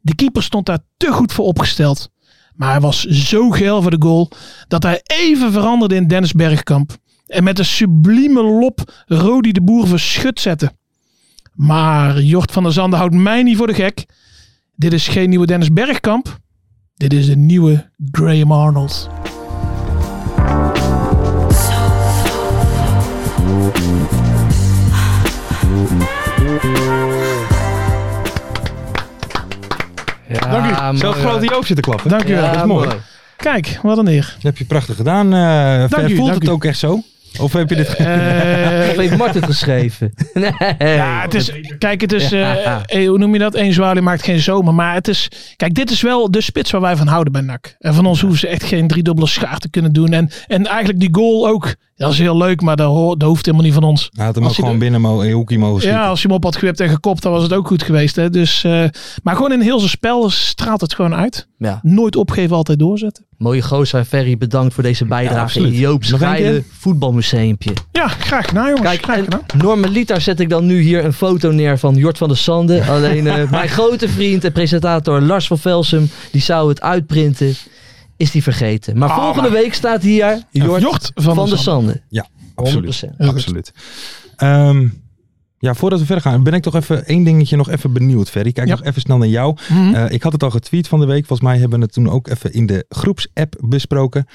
Speaker 7: De keeper stond daar te goed voor opgesteld. Maar hij was zo geil voor de goal dat hij even veranderde in Dennis Bergkamp. En met een sublieme lop Rodi de Boer verschut zette. Maar Jort van der Zanden houdt mij niet voor de gek. Dit is geen nieuwe Dennis Bergkamp. Dit is de nieuwe Graham Arnold.
Speaker 5: Ja,
Speaker 7: Dank
Speaker 4: Zo groot die Joop zit te klappen.
Speaker 7: Dank u wel.
Speaker 4: Ja, dat is mooi.
Speaker 7: Kijk, wat een
Speaker 5: (laughs)
Speaker 7: eer.
Speaker 4: Dat heb je prachtig gedaan. eh Ver.
Speaker 7: Dank u,
Speaker 4: voelt
Speaker 7: dank
Speaker 4: het
Speaker 7: u.
Speaker 4: ook echt zo? Of heb je dit...
Speaker 7: Eh,
Speaker 5: Of heeft Mart het geschreven? Nee.
Speaker 7: ja, het is, kijk, het is, eh,
Speaker 5: Ja.
Speaker 7: eh, hoe noem je dat? Eén zwaluw maakt geen zomer. Maar het is, kijk, dit is wel de spits waar wij van houden bij NAC. En van ons hoeven ze echt geen driedubbele schaar te kunnen doen. En, en eigenlijk die goal ook, dat is heel leuk, maar dat, ho- dat hoeft helemaal niet van ons.
Speaker 4: Hij had hem
Speaker 7: Als
Speaker 4: ook
Speaker 7: hij
Speaker 4: gewoon binnen mo- in hoekie mogen schieten.
Speaker 7: Ja, als je hem op had gewipt en gekopt, dan was het ook goed geweest. Hè? Dus, eh, maar gewoon in heel zijn spel straalt het gewoon uit.
Speaker 5: Ja.
Speaker 7: Nooit opgeven, altijd doorzetten.
Speaker 5: Mooie gozer, Ferry, bedankt voor deze bijdrage
Speaker 4: absoluut.
Speaker 5: in Joop's
Speaker 4: Nog eentje?
Speaker 5: geile voetbalmuseumpje.
Speaker 7: Ja, graag gedaan jongens.
Speaker 5: Kijk,
Speaker 7: graag
Speaker 5: en
Speaker 7: gedaan.
Speaker 5: normaliter zet ik dan nu hier een foto neer van Jort van der Sande. Alleen eh, mijn grote vriend en presentator Lars van Velsum, die zou het uitprinten. is die vergeten. Maar
Speaker 7: Ah,
Speaker 5: volgende week staat hier Jort,
Speaker 7: Jort
Speaker 5: van,
Speaker 7: van, de
Speaker 5: der Sande.
Speaker 4: Absoluut.
Speaker 5: 100%.
Speaker 7: Heel goed.
Speaker 4: Absoluut. Ehm, ja, voordat we verder gaan, ben ik toch even één dingetje nog even benieuwd, Ferry. Kijk
Speaker 7: Ja.
Speaker 4: nog even snel naar jou.
Speaker 7: Mhm.
Speaker 4: Eh, ik had het al getweet van de week. Volgens mij hebben we het toen ook even in de groepsapp besproken.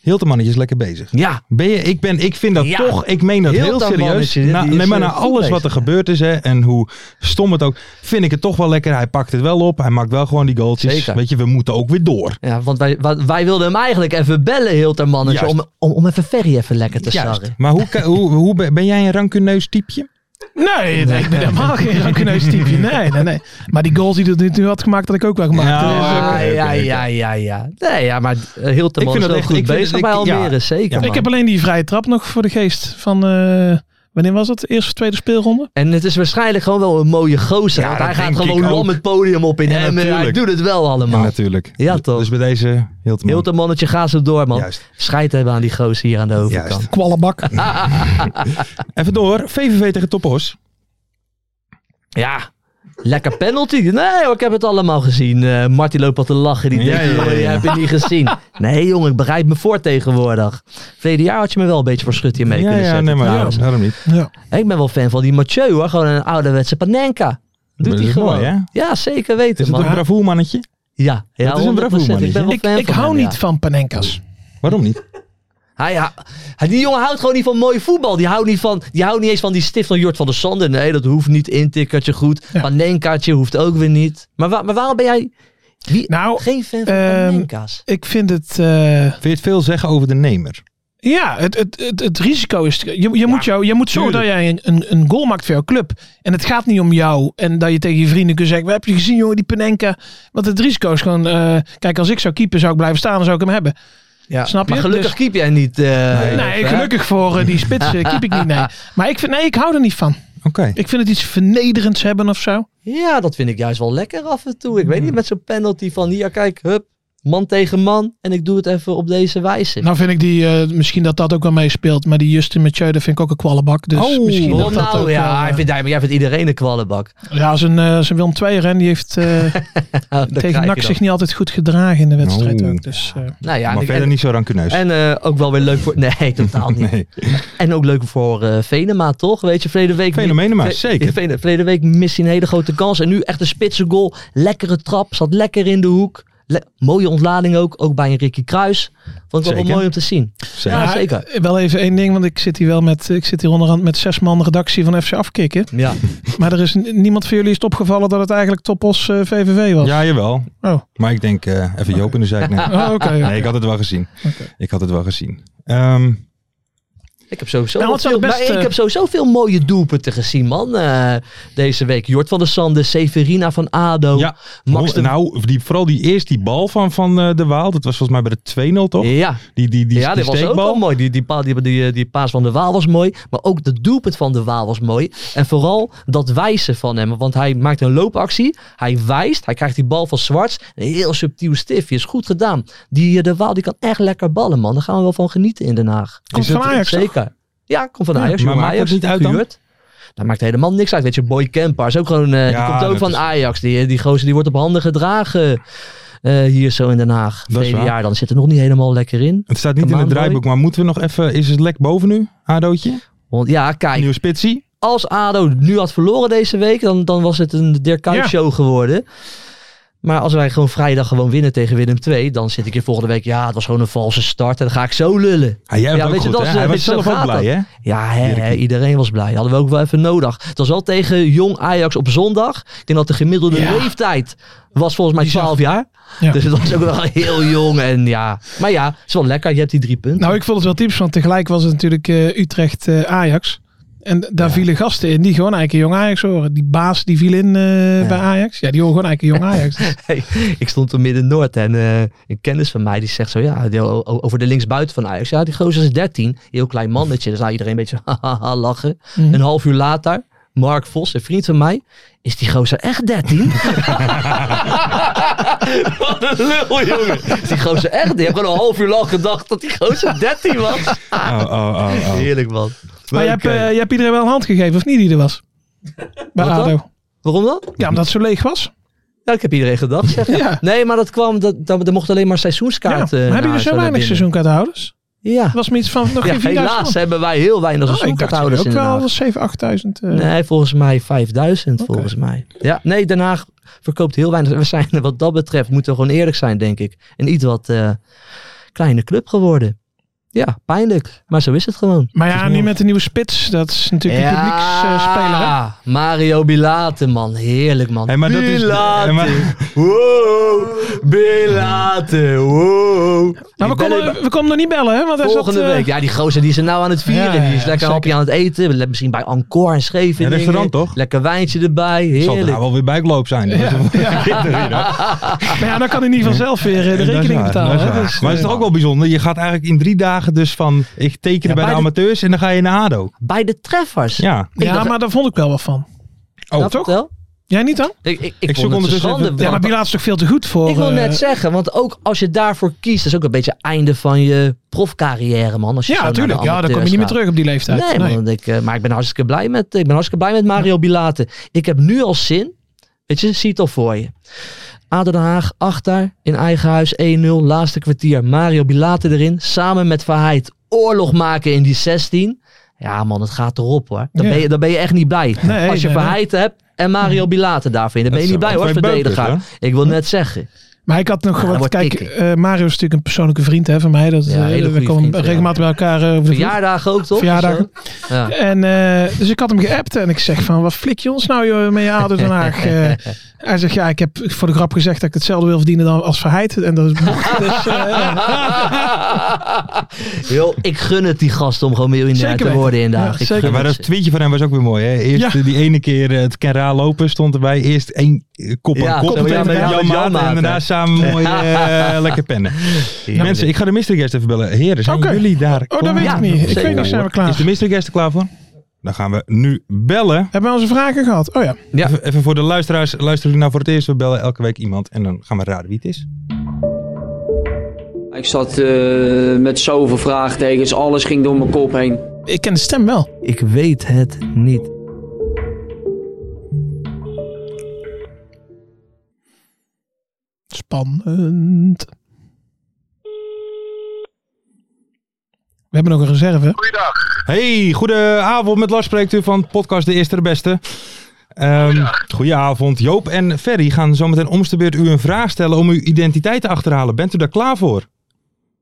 Speaker 4: Hiltemannetje is lekker bezig.
Speaker 5: Ja,
Speaker 4: Ben je, ik, ben, ik vind dat
Speaker 5: Ja.
Speaker 4: toch, ik meen dat
Speaker 5: Heel
Speaker 4: heel
Speaker 5: dat
Speaker 4: serieus.
Speaker 5: mannetje, die
Speaker 4: Na,
Speaker 5: is,
Speaker 4: nee, maar
Speaker 5: eh,
Speaker 4: na
Speaker 5: goed
Speaker 4: alles wat er
Speaker 5: bezig, ja.
Speaker 4: gebeurd is hè, en hoe stom het ook, vind ik het toch wel lekker. Hij pakt het wel op, hij maakt wel gewoon die goaltjes.
Speaker 5: Zeker.
Speaker 4: Weet je, we moeten ook weer door.
Speaker 5: ja want wij, wa- wij wilden hem eigenlijk even bellen, heel ter mannetje,
Speaker 4: Juist.
Speaker 5: om, om, om even Ferry even lekker te sarren.
Speaker 4: Maar hoe, ka- hoe, hoe ben ben jij een rancuneus typeje?
Speaker 7: Nee, nee, ik ben helemaal geen rancuneus type. Nee, nee, nee. Maar die goals die hij tot nu toe had gemaakt, had ik ook wel gemaakt.
Speaker 4: Ja.
Speaker 7: Dus, eh,
Speaker 5: Ja,
Speaker 4: oké,
Speaker 5: Ah, ja,
Speaker 4: oké,
Speaker 5: ja, ja, ja. Nee, ja, maar eh, heel ter
Speaker 4: Ik
Speaker 5: mannetje
Speaker 4: vind
Speaker 5: is
Speaker 4: dat
Speaker 5: wel
Speaker 4: echt-
Speaker 5: goed
Speaker 4: ik vind
Speaker 5: bezig
Speaker 4: dat-
Speaker 5: bij
Speaker 4: ik- ja.
Speaker 5: Almere, zeker
Speaker 7: ik
Speaker 5: man.
Speaker 7: heb alleen die vrije trap nog voor de geest van... eh, wanneer was het? Eerste of tweede speelronde?
Speaker 5: En het is waarschijnlijk gewoon wel een mooie gozer.
Speaker 4: Ja,
Speaker 5: want hij
Speaker 4: dat
Speaker 5: gaat
Speaker 4: denk ik
Speaker 5: gewoon
Speaker 4: ook.
Speaker 5: lam het podium op in
Speaker 4: Ja,
Speaker 5: hem. En hij
Speaker 4: natuurlijk.
Speaker 5: doet het wel allemaal.
Speaker 4: natuurlijk.
Speaker 5: Ja, toch.
Speaker 4: Dus bij deze Hiltemannetje.
Speaker 5: heel ter mannetje, ga zo door man.
Speaker 4: Juist.
Speaker 5: Scheid hebben aan die gozer hier aan de overkant.
Speaker 4: Juist.
Speaker 5: (laughs)
Speaker 7: Kwallenbak.
Speaker 4: Even door. VVV tegen Topos.
Speaker 5: Ja. Lekker penalty. Nee hoor, ik heb het allemaal gezien. Eh Marty loopt al te lachen. Die
Speaker 4: Ja,
Speaker 5: denkt,
Speaker 4: ja, ja,
Speaker 5: "Joh, je
Speaker 4: ja.
Speaker 5: hebt het niet gezien. Nee jongen, ik bereid me voor tegenwoordig. Verleden jaar had je me wel een beetje voor schut hier mee
Speaker 4: ja,
Speaker 5: kunnen
Speaker 4: ja,
Speaker 5: zetten. Nou,
Speaker 4: nee, maar ja,
Speaker 5: trouwens.
Speaker 4: daarom niet.
Speaker 7: Ja.
Speaker 5: Ik ben wel fan van die Mathieu hoor. Gewoon een ouderwetse panenka. Doet
Speaker 4: Dat
Speaker 5: hij
Speaker 4: is
Speaker 5: gewoon.
Speaker 4: mooi, hè?
Speaker 5: ja, zeker
Speaker 4: Is
Speaker 5: weten
Speaker 4: het
Speaker 5: man.
Speaker 4: een bravoer mannetje?
Speaker 5: Ja, ja
Speaker 4: Dat is een
Speaker 5: 100%. Ik, ben wel
Speaker 7: Ik,
Speaker 5: fan
Speaker 7: ik
Speaker 5: van
Speaker 7: hou
Speaker 5: hem, ja.
Speaker 7: niet van Panenka's.
Speaker 4: Waarom niet?
Speaker 5: Hij, hij- die jongen houdt gewoon niet van mooi voetbal. Die houdt niet, van, die houdt niet eens van die stift van Jort van der Sander. Nee, dat hoeft niet. Intikkertje goed.
Speaker 7: Ja.
Speaker 5: Panenkaatje hoeft ook weer niet. Maar, wa- maar waarom ben jij wie,
Speaker 7: Nou,
Speaker 5: geen fan van
Speaker 7: ehm,
Speaker 5: Panenka's?
Speaker 7: ik vind het... eh,
Speaker 4: Vind je het veel zeggen over de nemer?
Speaker 7: ja, het, het, het, het risico is... Je, je, moet, jou, je moet zorgen dat
Speaker 4: tuurlijk.
Speaker 7: jij een, een, een goal maakt voor jouw club. En het gaat niet om jou. En dat je tegen je vrienden kunt zeggen... "Wat Heb je gezien, jongen, die Panenka? Want het risico is gewoon... eh, kijk, als ik zou keepen, zou ik blijven staan en zou ik hem hebben.
Speaker 5: Ja.
Speaker 7: snap je?
Speaker 5: Maar gelukkig
Speaker 7: Dus-
Speaker 5: keep jij niet. eh,
Speaker 4: Nee,
Speaker 7: Nee,
Speaker 5: hè?
Speaker 7: gelukkig voor eh, die spits eh, keep ik niet,
Speaker 5: (laughs)
Speaker 7: nee. Maar ik, vind, nee, ik hou er niet van.
Speaker 4: Oké.
Speaker 7: Ik vind het iets vernederends hebben of zo.
Speaker 5: Ja, dat vind ik juist wel lekker af en toe. Ik weet niet, met zo'n penalty van hier, kijk, hup, man tegen man. En ik doe het even op deze wijze.
Speaker 7: Nou vind ik die, eh, misschien dat dat ook wel meespeelt. Maar die Justin Mathieu, dat vind ik ook een kwallenbak. Dus
Speaker 4: Oh,
Speaker 7: misschien
Speaker 5: Oh,
Speaker 7: dat dat
Speaker 5: nou,
Speaker 7: ook,
Speaker 5: ja,
Speaker 7: eh,
Speaker 5: hij vindt, hij- jij vindt iedereen een kwallenbak. (laughs)
Speaker 7: ja, zijn, eh, zijn Willem II en die heeft eh,
Speaker 5: Nou, dan krijg
Speaker 7: tegen
Speaker 5: je
Speaker 7: NAC
Speaker 5: dat.
Speaker 7: zich niet altijd goed gedragen in de wedstrijd
Speaker 4: Oh.
Speaker 7: ook. Dus, eh,
Speaker 5: Nou ja, en
Speaker 4: maar
Speaker 5: ik-
Speaker 4: verder
Speaker 5: en-
Speaker 4: niet zo rancuneus.
Speaker 5: En eh, ook wel weer leuk voor. (laughs) Nee,
Speaker 4: (laughs)
Speaker 5: totaal niet.
Speaker 4: nee.
Speaker 5: En ook leuk voor eh, Venema, toch? Weet je, verleden week.
Speaker 4: Fenomenema,
Speaker 5: Ve-
Speaker 4: zeker.
Speaker 5: Vene- Verleden week mist hij een hele grote kans. En nu echt een spitse goal. Lekkere trap. Zat lekker in de hoek. Le- mooie ontlading ook. Ook bij een Ricky Kruis. Vond ik wel, wel
Speaker 4: Zeker.
Speaker 5: mooi om te zien.
Speaker 4: Zeker.
Speaker 5: Ja,
Speaker 7: maar
Speaker 5: zeker.
Speaker 7: Wel even één ding, want ik zit hier wel met, ik zit hier onderhand met zes man redactie van FC Afkikken.
Speaker 5: Ja.
Speaker 7: Maar er is n- niemand van jullie is het opgevallen dat het eigenlijk Topos eh, VVV was.
Speaker 4: Ja, jawel.
Speaker 7: Oh.
Speaker 4: Maar ik denk, eh, even Joop in de zijk. Nee.
Speaker 7: Oh, (laughs) oké. ja.
Speaker 4: nee, ik had het wel gezien.
Speaker 7: Oké.
Speaker 4: Ik had het wel gezien. Ehm,
Speaker 5: Ik heb sowieso,
Speaker 7: Nou,
Speaker 5: wel
Speaker 7: wat zou
Speaker 5: veel,
Speaker 7: het beste-
Speaker 5: maar ik heb sowieso veel mooie doelpunten gezien, man. eh, deze week. Jort van der Sande, Severina van Ado.
Speaker 4: ja,
Speaker 5: Max de-
Speaker 4: nou, die, vooral die eerst die bal van, van eh, De Waal. Dat was volgens mij bij de 2-0, toch?
Speaker 5: ja.
Speaker 4: Die, die, die,
Speaker 5: ja,
Speaker 4: die
Speaker 5: die was ook
Speaker 4: steekbal.
Speaker 5: wel mooi. Die, die, pa- die, die, die paas van de Waal was mooi. Maar ook de doelpunt van de Waal was mooi. En vooral dat wijzen van hem. Want hij maakt een loopactie. Hij wijst. Hij krijgt die bal van Zwarts. Een heel subtiel stiftje. Is goed gedaan. Die, eh, de Waal die kan echt lekker ballen, man. Daar gaan we wel van genieten in Den Haag. Dus
Speaker 7: Komt
Speaker 4: Is
Speaker 7: van
Speaker 4: het-
Speaker 7: Ajax, toch?
Speaker 5: Zeker. Ja, komt van
Speaker 4: Ja,
Speaker 5: Ajax.
Speaker 4: maar
Speaker 5: jong
Speaker 4: maakt
Speaker 5: Ajax,
Speaker 4: dat niet uit dan?
Speaker 5: gehuurd. Dat maakt helemaal niks uit. Weet je, Boy Kemper is ook gewoon, eh,
Speaker 4: Ja,
Speaker 5: die komt ook
Speaker 4: dat
Speaker 5: van
Speaker 4: is-
Speaker 5: Ajax. Die, die gozer die wordt op handen gedragen eh, hier zo in Den Haag.
Speaker 4: Dat is
Speaker 5: Verleden
Speaker 4: waar.
Speaker 5: jaar dan zit er nog niet helemaal lekker in.
Speaker 4: Het staat niet
Speaker 5: Come
Speaker 4: in het
Speaker 5: on, boy.
Speaker 4: draaiboek, maar moeten we nog even... Is het lek boven nu, Adootje?
Speaker 5: Want ja, kijk,
Speaker 4: Nieuwe spitsie?
Speaker 5: als ADO nu had verloren deze week, dan, dan was het een Dirk Kuyt
Speaker 7: Ja.
Speaker 5: show geworden. Maar als wij gewoon vrijdag gewoon winnen tegen Willem II, dan zit ik hier volgende week, ja, het was gewoon een valse start en dan ga ik zo lullen.
Speaker 4: Ah, jij
Speaker 5: Ja, weet
Speaker 4: hebt ook
Speaker 5: je,
Speaker 4: goed,
Speaker 5: dat
Speaker 4: hè?
Speaker 5: is,
Speaker 4: Hij
Speaker 5: eh,
Speaker 4: was
Speaker 5: weet je,
Speaker 4: zelf
Speaker 5: zo
Speaker 4: ook
Speaker 5: gaat
Speaker 4: blij,
Speaker 5: dat.
Speaker 4: hè?
Speaker 5: Ja, hè, hè,
Speaker 4: Dirkie.
Speaker 5: iedereen was blij. Hadden we ook wel even nodig. Het was wel tegen jong Ajax op zondag. Ik denk dat de gemiddelde
Speaker 7: Ja.
Speaker 5: leeftijd was volgens mij
Speaker 7: Die zag-
Speaker 5: 12 jaar.
Speaker 7: Ja.
Speaker 5: Dus het was ook wel heel jong. En ja. Maar ja, het is wel lekker. Je hebt die drie punten.
Speaker 7: Nou, ik vond het wel typisch, want tegelijk was het natuurlijk eh, Utrecht eh, Ajax. En d- daar vielen gasten in die gewoon eigenlijk een jong Ajax horen. Die baas die viel in eh, bij Ajax. Ja, die horen gewoon eigenlijk een jong
Speaker 5: (laughs)
Speaker 7: Ajax.
Speaker 5: Hey, ik stond toen midden in Noord en eh, een kennis van mij die zegt zo, ja, die- o- o- over de linksbuiten van Ajax. Ja, die gozer is 13, heel klein mannetje. Dus nou iedereen een beetje (laughs) hahaha lachen.
Speaker 7: Mhm.
Speaker 5: Een half uur later, Mark Vos, een vriend van mij, is die gozer echt 13?
Speaker 7: (laughs)
Speaker 5: Wat een lul, jongen. Is die gozer echt? Die hebben gewoon een half uur lang gedacht dat die gozer 13 was.
Speaker 4: Oh, oh, oh, oh.
Speaker 5: Ah. Heerlijk, man.
Speaker 7: Maar je hebt, eh, je hebt iedereen wel een hand gegeven, of niet, die er was? Bij
Speaker 5: Wat dan?
Speaker 7: ADO.
Speaker 5: Waarom dan?
Speaker 7: Ja, omdat het zo leeg was.
Speaker 5: Ja, ik heb iedereen gedacht. Zeg.
Speaker 7: Ja.
Speaker 5: Nee, maar dat kwam, dat, dat, er mocht alleen maar seizoenskaart.
Speaker 7: ja.
Speaker 5: eh,
Speaker 7: maar hebben jullie
Speaker 5: naar
Speaker 7: zo
Speaker 5: binnen.
Speaker 7: weinig seizoenkaarthouders?
Speaker 5: Ja.
Speaker 7: Er was me iets van nog
Speaker 5: Ja,
Speaker 7: geen 4000
Speaker 5: helaas
Speaker 7: man.
Speaker 5: hebben wij heel weinig
Speaker 7: Ah, ik dacht
Speaker 5: seizoenkaarthouders
Speaker 7: jullie ook wel
Speaker 5: inderdaad.
Speaker 7: 7, 8000. eh,
Speaker 5: Nee, volgens mij 5000 volgens mij. Ja, nee, Den Haag verkoopt heel weinig. We zijn wat dat betreft, moeten we gewoon eerlijk zijn, denk ik. Een iets wat eh, kleine club geworden. Ja, pijnlijk. Maar zo is het gewoon.
Speaker 7: Maar
Speaker 5: Het
Speaker 7: ja,
Speaker 5: is
Speaker 7: nu
Speaker 5: mooi.
Speaker 7: met de nieuwe spits, dat is natuurlijk een publieksspeler. hè?
Speaker 5: Ja, Mario Bilate, man. Heerlijk, man.
Speaker 4: Hey, maar dat is-
Speaker 5: Bilate.
Speaker 4: Hey, maar-
Speaker 5: Wow. Bilate. Wow.
Speaker 7: Nou, we
Speaker 5: Die
Speaker 7: konden,
Speaker 5: bellen-
Speaker 7: we konden nog niet bellen, hè? Want hij
Speaker 5: Volgende
Speaker 7: zat, eh,
Speaker 5: week. Ja, die gozer die is er nou aan het vieren.
Speaker 7: Ja, ja,
Speaker 5: die is
Speaker 7: ja,
Speaker 5: lekker een hapje aan het eten. Le- Misschien bij Encore en Scheveningen.
Speaker 4: Ja, restaurant, toch?
Speaker 5: Lekker wijntje erbij.
Speaker 4: zal er
Speaker 5: Heerlijk.
Speaker 4: nou wel weer bijkloop zijn. Dat is- (laughs)
Speaker 7: Maar ja, dan kan hij niet vanzelf weer eh, de
Speaker 4: Dat is
Speaker 7: rekening
Speaker 4: waar,
Speaker 7: betalen.
Speaker 4: dat is
Speaker 7: hè?
Speaker 4: waar.
Speaker 7: Dus,
Speaker 4: maar het is
Speaker 7: eh,
Speaker 4: toch ook wel bijzonder. Je gaat eigenlijk in drie dagen dus van ik teken bij, de
Speaker 5: bij de-
Speaker 4: amateurs en dan ga je naar ADO.
Speaker 5: Bij de treffers.
Speaker 4: Ja.
Speaker 5: Ik
Speaker 7: Ja,
Speaker 5: dacht-
Speaker 7: maar daar vond ik wel wat van.
Speaker 4: Oh,
Speaker 5: Dat
Speaker 7: toch?
Speaker 5: wel?
Speaker 7: Jij niet dan?
Speaker 5: Ik, ik, ik,
Speaker 4: zoek
Speaker 5: vond het
Speaker 4: ondertussen
Speaker 5: schande,
Speaker 4: dus even-
Speaker 7: Ja, maar
Speaker 5: want-
Speaker 7: Bilaat is toch veel te goed voor...
Speaker 5: ik wil
Speaker 7: eh,
Speaker 5: net zeggen, want ook als je daarvoor kiest, is ook een beetje einde van je profcarrière, man. Als je zo
Speaker 7: Ja,
Speaker 5: naar de
Speaker 7: natuurlijk. Ja, dan kom je niet meer
Speaker 5: amateurs gaat.
Speaker 7: terug op die leeftijd.
Speaker 5: Nee, man, ik, eh, maar ik ben hartstikke blij met, ik ben hartstikke blij met Mario Bilate. Ik heb nu al zin. Weet je, zie het al voor je. ADO Den Haag, achter, in eigen huis, 1-0, laatste kwartier. Mario Bilate erin, samen met Verheid. Oorlog maken in die 16. Ja man, het gaat erop hoor. Dan,
Speaker 7: Ja.
Speaker 5: ben, je, dan ben je echt niet blij.
Speaker 7: Nee,
Speaker 5: Als je
Speaker 7: nee,
Speaker 5: Verheid hebt en Mario Bilate daarvoor in. Dan ben je
Speaker 4: Dat
Speaker 5: niet blij
Speaker 4: zijn
Speaker 5: hoor,
Speaker 4: wel twee beukers,
Speaker 5: verdediger. Ik wil net zeggen.
Speaker 7: Maar ik had nog
Speaker 5: Maar
Speaker 7: gehoord,
Speaker 5: dat wordt
Speaker 7: kijk, eh, Mario is natuurlijk een persoonlijke vriend hè, van mij. Dat,
Speaker 5: Ja,
Speaker 7: eh,
Speaker 5: hele
Speaker 7: we
Speaker 5: goede
Speaker 7: komen
Speaker 5: vriend, ja.
Speaker 7: regelmatig bij elkaar eh, over de vloer.
Speaker 5: Verjaardagen ook toch?
Speaker 7: Verjaardagen.
Speaker 5: (laughs) Ja.
Speaker 7: En, eh, dus ik had hem geappt en ik zeg van, wat flik je ons nou joh, met je ADO Den Haag? Eh,
Speaker 5: (laughs)
Speaker 7: hij zegt, ja, ik heb voor de grap gezegd dat ik hetzelfde wil verdienen dan als Verheid. En dat is (laughs) bocht. Dus, eh,
Speaker 5: Yo, ik gun het die gast om gewoon miljonair
Speaker 7: Zeker
Speaker 5: te
Speaker 7: weten.
Speaker 5: worden in de
Speaker 7: Ja,
Speaker 5: Haag. Ik
Speaker 7: zeker.
Speaker 5: gun
Speaker 4: maar
Speaker 5: het
Speaker 4: dat
Speaker 5: ze.
Speaker 4: tweetje van hem was ook weer mooi. Hè? Eerst
Speaker 7: dus- Ja.
Speaker 4: eh, die ene keer eh, het Kenra lopen stond erbij. Eerst één eh, kop aan
Speaker 5: Ja,
Speaker 4: kop
Speaker 5: zo, ja,
Speaker 4: met
Speaker 5: met Jan
Speaker 4: Jan Maat
Speaker 5: Maat,
Speaker 4: en daarna
Speaker 5: hè.
Speaker 4: samen mooi eh, lekker pennen.
Speaker 5: (laughs)
Speaker 4: Mensen, ik ga de mystery guest even bellen. Heren, zijn
Speaker 7: Oké.
Speaker 4: jullie daar
Speaker 7: oh, dat
Speaker 4: klaar?
Speaker 7: weet ik
Speaker 5: Ja,
Speaker 7: niet. Ik
Speaker 5: zeker.
Speaker 7: weet niet, zijn we klaar?
Speaker 4: Is de mystery guest er klaar voor? Dan gaan we nu bellen.
Speaker 7: Hebben we onze vragen gehad? Oh ja.
Speaker 5: Ja.
Speaker 4: Even, even voor de luisteraars. Luisteren jullie nou voor het eerst? We bellen elke week iemand en dan gaan we raden wie het is.
Speaker 8: Ik zat eh, met zoveel vraagtekens, alles ging door mijn kop heen.
Speaker 7: Ik ken de stem wel.
Speaker 5: Ik weet het niet.
Speaker 7: Spannend. We hebben nog een reserve.
Speaker 4: Hey, goedenavond. Met Lars spreekt u van podcast De Eerste de Beste. Ehm goedenavond. Joop en Ferry gaan zometeen om de beurt u een vraag stellen om uw identiteit te achterhalen. Bent u daar klaar voor?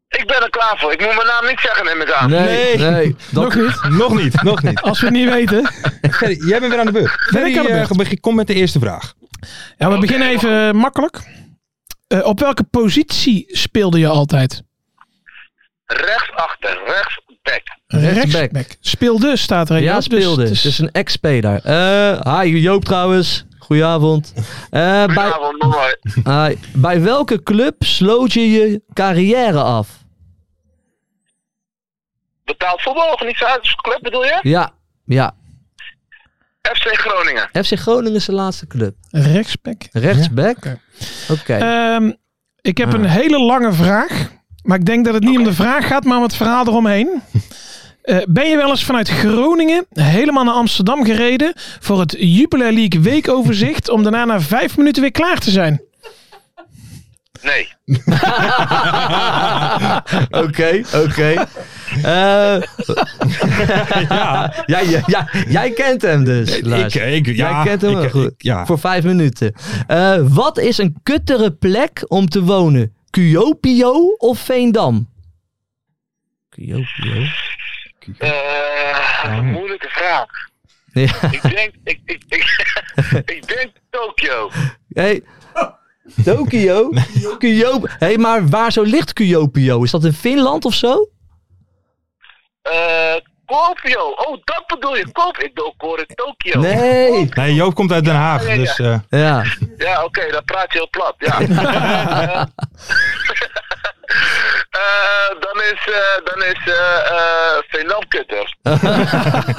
Speaker 6: Ik ben er klaar voor. Ik moet mijn naam niet zeggen, neem ik aan.
Speaker 5: Nee,
Speaker 4: Nee.
Speaker 5: nee.
Speaker 7: Nog niet.
Speaker 4: Nog niet, nog niet.
Speaker 7: Als we het niet
Speaker 5: (laughs)
Speaker 7: weten.
Speaker 4: (laughs) Ferry, jij bent weer aan de beurt. Ferry,
Speaker 7: aan de
Speaker 4: eh, begin- kom met de eerste vraag.
Speaker 7: Ja, we beginnen even eh, makkelijk. Eh, op welke positie speelde je altijd?
Speaker 6: Rechts achter, rechts back.
Speaker 5: Rechtsback.
Speaker 7: Rechtsback. Speelde staat er.
Speaker 5: Ja,
Speaker 7: op, dus
Speaker 5: speelde.
Speaker 7: het is-
Speaker 5: Dus, een ex-speler. Eh, hi, Joop trouwens. Goedenavond. Eh, bij,
Speaker 6: Goedenavond, mooi.
Speaker 5: hi. bij welke club sloot je je carrière af?
Speaker 6: Betaald voetbalorganisatieclub bedoel je?
Speaker 5: Ja, ja.
Speaker 6: FC Groningen.
Speaker 5: FC Groningen is de laatste club.
Speaker 7: Rechtsback.
Speaker 5: Rechtsback.
Speaker 7: oké.
Speaker 5: Oké. Eh.
Speaker 7: Ehm, ik heb een hele lange vraag. Maar ik denk dat het niet om de vraag gaat, maar om het verhaal eromheen. Eh, ben je wel eens vanuit Groningen helemaal naar Amsterdam gereden voor het Jupiler League weekoverzicht om daarna na vijf minuten weer klaar te zijn?
Speaker 6: Nee.
Speaker 5: Oké, oké. Eh, ja, ja, ja, jij kent hem dus. Lars.
Speaker 4: ik- ja,
Speaker 5: jij kent hem
Speaker 4: ik-
Speaker 5: wel
Speaker 4: ik-
Speaker 5: goed.
Speaker 4: ja.
Speaker 5: Voor vijf minuten. Eh, wat is een kuttere plek om te wonen? Cuopio of Veendam? Cuopio.
Speaker 6: Eh, wat een moeilijke vraag.
Speaker 5: Ja.
Speaker 6: Ik denk, ik, ik, ik, ik (laughs) denk Tokio.
Speaker 4: (laughs)
Speaker 5: Hey. Tokio? Cuopio. hey, maar waar zo ligt Cuopio? Is dat in Finland of zo?
Speaker 6: Eh, Kopio. Oh, dat bedoel je. Kop. Ik doe hoor Tokio.
Speaker 5: Nee.
Speaker 4: Nee, Joop komt uit Den Haag.
Speaker 6: ja, ja.
Speaker 4: Dus, eh,
Speaker 5: Ja.
Speaker 6: Ja, oké, dan praat je heel plat.
Speaker 7: (laughs)
Speaker 6: Ja. Eh, eh, dan is, eh dan is eh eh Veendam kutter.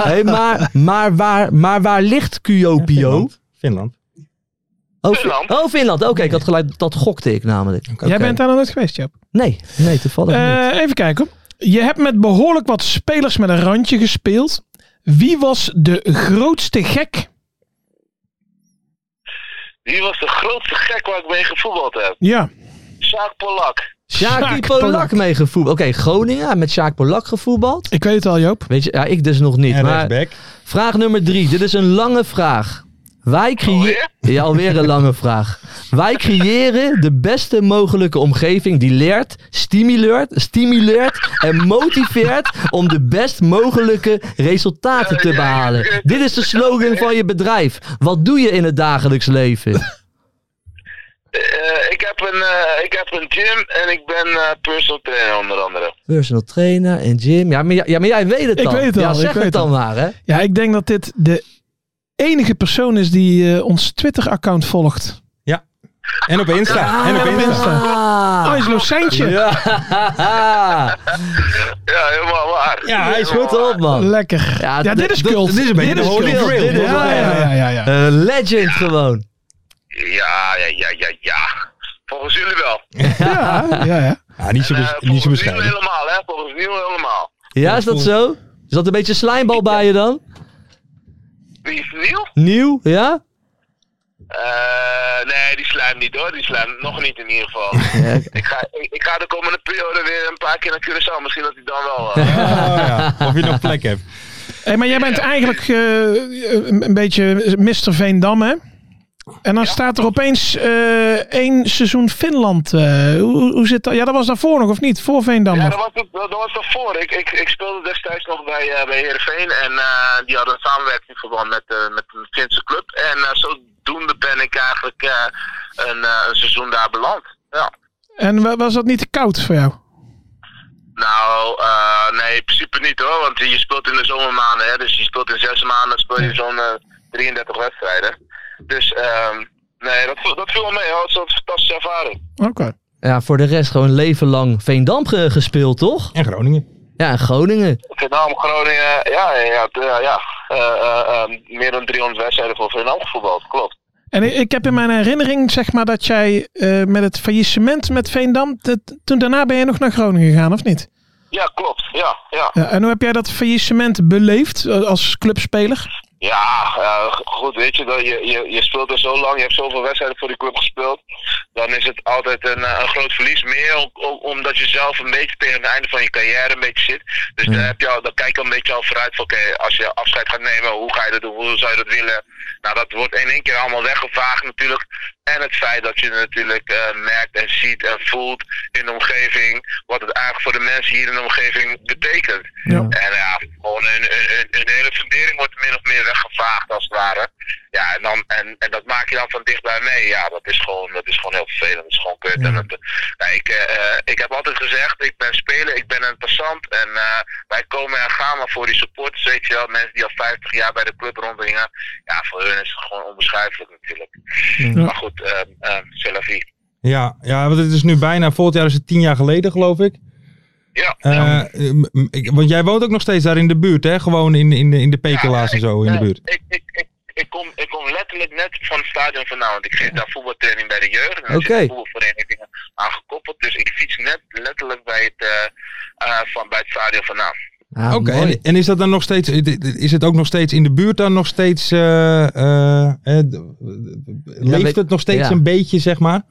Speaker 5: Hey, maar, maar, waar, maar waar ligt Cuopio?
Speaker 4: Finland. Finland.
Speaker 5: Oh,
Speaker 6: Finland.
Speaker 5: Fi- Oh, Finland. Oké, ik had gelijk. Dat gokte ik namelijk.
Speaker 7: Jij
Speaker 5: Oké.
Speaker 7: bent daar nog nooit geweest, Joop.
Speaker 5: Nee, nee, toevallig niet.
Speaker 7: Eh, even kijken. Je hebt met behoorlijk wat spelers met een randje gespeeld. Wie was de grootste gek?
Speaker 6: Wie was de grootste gek waar ik mee gevoetbald heb?
Speaker 7: Ja.
Speaker 6: Sjaak Polak.
Speaker 5: Sjaak Polak mee gevoetbald. Oké, Groningen hij met Sjaak Polak gevoetbald.
Speaker 7: Ik weet het al, Joop.
Speaker 5: Weet je, ja, ik dus nog niet.
Speaker 4: En
Speaker 5: maar
Speaker 4: rechtsback.
Speaker 5: vraag nummer drie. Dit is een lange vraag. Wij creëren... Ja, alweer een lange vraag. Wij creëren de beste mogelijke omgeving die leert, stimuleert, stimuleert en motiveert om de best mogelijke resultaten te behalen. Dit is de slogan van je bedrijf. Wat doe je in het dagelijks
Speaker 7: (laughs)
Speaker 5: leven?
Speaker 6: Eh, ik, heb een, eh, ik heb een gym en ik ben eh, personal trainer onder andere.
Speaker 5: Personal trainer en gym. Ja, maar, ja, ja, maar jij weet het
Speaker 7: Ik
Speaker 5: dan.
Speaker 7: weet het al,
Speaker 5: ja,
Speaker 7: ik
Speaker 5: zeg
Speaker 7: weet
Speaker 5: het dan
Speaker 7: het.
Speaker 5: maar, hè.
Speaker 7: Ja, ik denk dat dit de enige persoon is die eh, ons Twitter-account volgt.
Speaker 4: En op Insta. En op Insta.
Speaker 5: Ah.
Speaker 7: Oh, is
Speaker 5: (laughs)
Speaker 7: Losijntje.
Speaker 5: Ja.
Speaker 6: Ja, helemaal waar.
Speaker 4: Ja, hij is goed.
Speaker 5: Goed op, man.
Speaker 7: Lekker. Ja,
Speaker 5: Ja,
Speaker 7: dit
Speaker 5: d-
Speaker 7: is
Speaker 5: d-
Speaker 7: cult.
Speaker 4: dit is een beetje de holy
Speaker 7: cult.
Speaker 4: grail.
Speaker 7: Dit is- Ja, ja, ja. ja, ja.
Speaker 5: Eh, legend gewoon.
Speaker 6: Ja, ja, ja, ja, ja. Volgens jullie wel.
Speaker 7: Ja, ja, ja.
Speaker 4: Ja, niet zo,
Speaker 6: Eh,
Speaker 4: bes-
Speaker 6: volgens
Speaker 4: niet
Speaker 6: Nieuw
Speaker 4: zo bescheiden.
Speaker 6: helemaal, hè? Volgens Nieuw helemaal.
Speaker 5: Ja, is dat zo? Is dat een beetje slijmbal bij je dan?
Speaker 6: Wie is Nieuw?
Speaker 4: Hm?
Speaker 5: Nieuw, ja?
Speaker 6: Eh, nee, die slijm niet hoor. Die slijm nog niet in ieder geval. ik, ga, ik, ik ga de komende periode weer een paar keer naar Curaçao. Misschien dat hij dan wel. eh,
Speaker 4: Oh, ja. Of je nog plek hebt.
Speaker 7: Hey, maar jij bent eigenlijk eh, een een beetje Mr. Veendam, hè? En dan staat er opeens eh, één seizoen Finland. eh, hoe, hoe zit dat? Ja, dat was daarvoor nog, of niet? Voor Veendam
Speaker 6: Ja,
Speaker 7: nog.
Speaker 6: dat was, het- dat, dat was daarvoor. Ik, ik, ik speelde destijds nog bij, eh, bij Heerenveen. En eh, die hadden een samenwerkingsverband met, eh, met een Finse club. En eh, zodoende ben ik eigenlijk eh, een, eh, een seizoen daar beland. Ja.
Speaker 7: En wa- was dat niet te koud voor jou?
Speaker 6: Nou, eh, nee, in principe niet hoor. Want je speelt in de zomermaanden. Hè, dus je speelt in zes maanden speel je zo'n eh, 33 wedstrijden. Dus ehm, nee, dat, viel- dat viel wel mee hoor. Het was een fantastische ervaring.
Speaker 7: Oké.
Speaker 5: Ja, voor de rest gewoon leven lang Veendam ge- gespeeld, toch?
Speaker 4: En Groningen.
Speaker 5: Ja, en Groningen.
Speaker 6: Vietnam, Groningen, ja, ja, ja. ja, ja. Eh, eh, eh, meer dan 300 wedstrijden voor Vietnam gevoetbald, klopt.
Speaker 7: En ik, ik heb in mijn herinnering, zeg maar, dat jij eh, met het faillissement met Veendam... dat- toen daarna ben je nog naar Groningen gegaan, of niet?
Speaker 6: Ja, klopt. Ja, ja.
Speaker 7: Ja, en hoe heb jij dat faillissement beleefd eh, als clubspeler?
Speaker 6: ja eh, goed, weet je, dat je, je, je speelt er zo lang, je hebt zoveel wedstrijden voor die club gespeeld. Dan is het altijd een, eh, een groot verlies. Meer om- om- omdat je zelf een beetje tegen het einde van je carrière een beetje zit. Dus daar heb je al, dan kijk je al een beetje al vooruit van, oké, als je afscheid gaat nemen, hoe ga je dat doen, hoe zou je dat willen? Nou, dat wordt in één keer allemaal weggevaagd natuurlijk. En het feit dat je natuurlijk eh, merkt en ziet en voelt in de omgeving, wat het eigenlijk voor de mensen hier in de omgeving betekent. En ja, gewoon een, een, een- een hele fundering wordt min of meer weggevaagd als het ware. Ja, en, dan, en, en dat maak je dan van dichtbij mee. Ja, dat is gewoon, dat is gewoon heel vervelend. Dat is gewoon kut. En dat, nou, ik, eh, eh, ik heb altijd gezegd, ik ben speler, ik ben een passant. En eh, wij komen en gaan, maar voor die supporters, weet je wel, mensen die al 50 jaar bij de club rondringen. Ja, voor hun is het gewoon onbeschrijfelijk natuurlijk. Maar goed, ehm ehm, c'est la vie.
Speaker 4: Ja, ja, want het is nu bijna, volgend jaar is het tien jaar geleden, geloof ik.
Speaker 6: Ja,
Speaker 4: Eh, m- m- ik- want jij woont ook nog steeds daar in de buurt, hè? Gewoon in, in, de- in de Pekela's en zo in de
Speaker 6: Ja,
Speaker 4: buurt.
Speaker 6: Ik, ik, ik, ik, kom, ik kom letterlijk net van het stadion vandaan. Want ik geef daar voetbaltraining bij de jeugd. En
Speaker 5: Oké.
Speaker 6: okay. voetbalverenigingen aangekoppeld. Dus ik fiets net letterlijk bij het, eh, eh, van, bij het stadion vandaan.
Speaker 5: Ah,
Speaker 4: Oké,
Speaker 5: mooi.
Speaker 4: en, en is dat dan nog steeds, is het ook nog steeds in de buurt dan nog steeds, eh, eh, eh, d- leeft
Speaker 5: weet-
Speaker 4: het nog steeds
Speaker 5: ja.
Speaker 4: een beetje, zeg maar?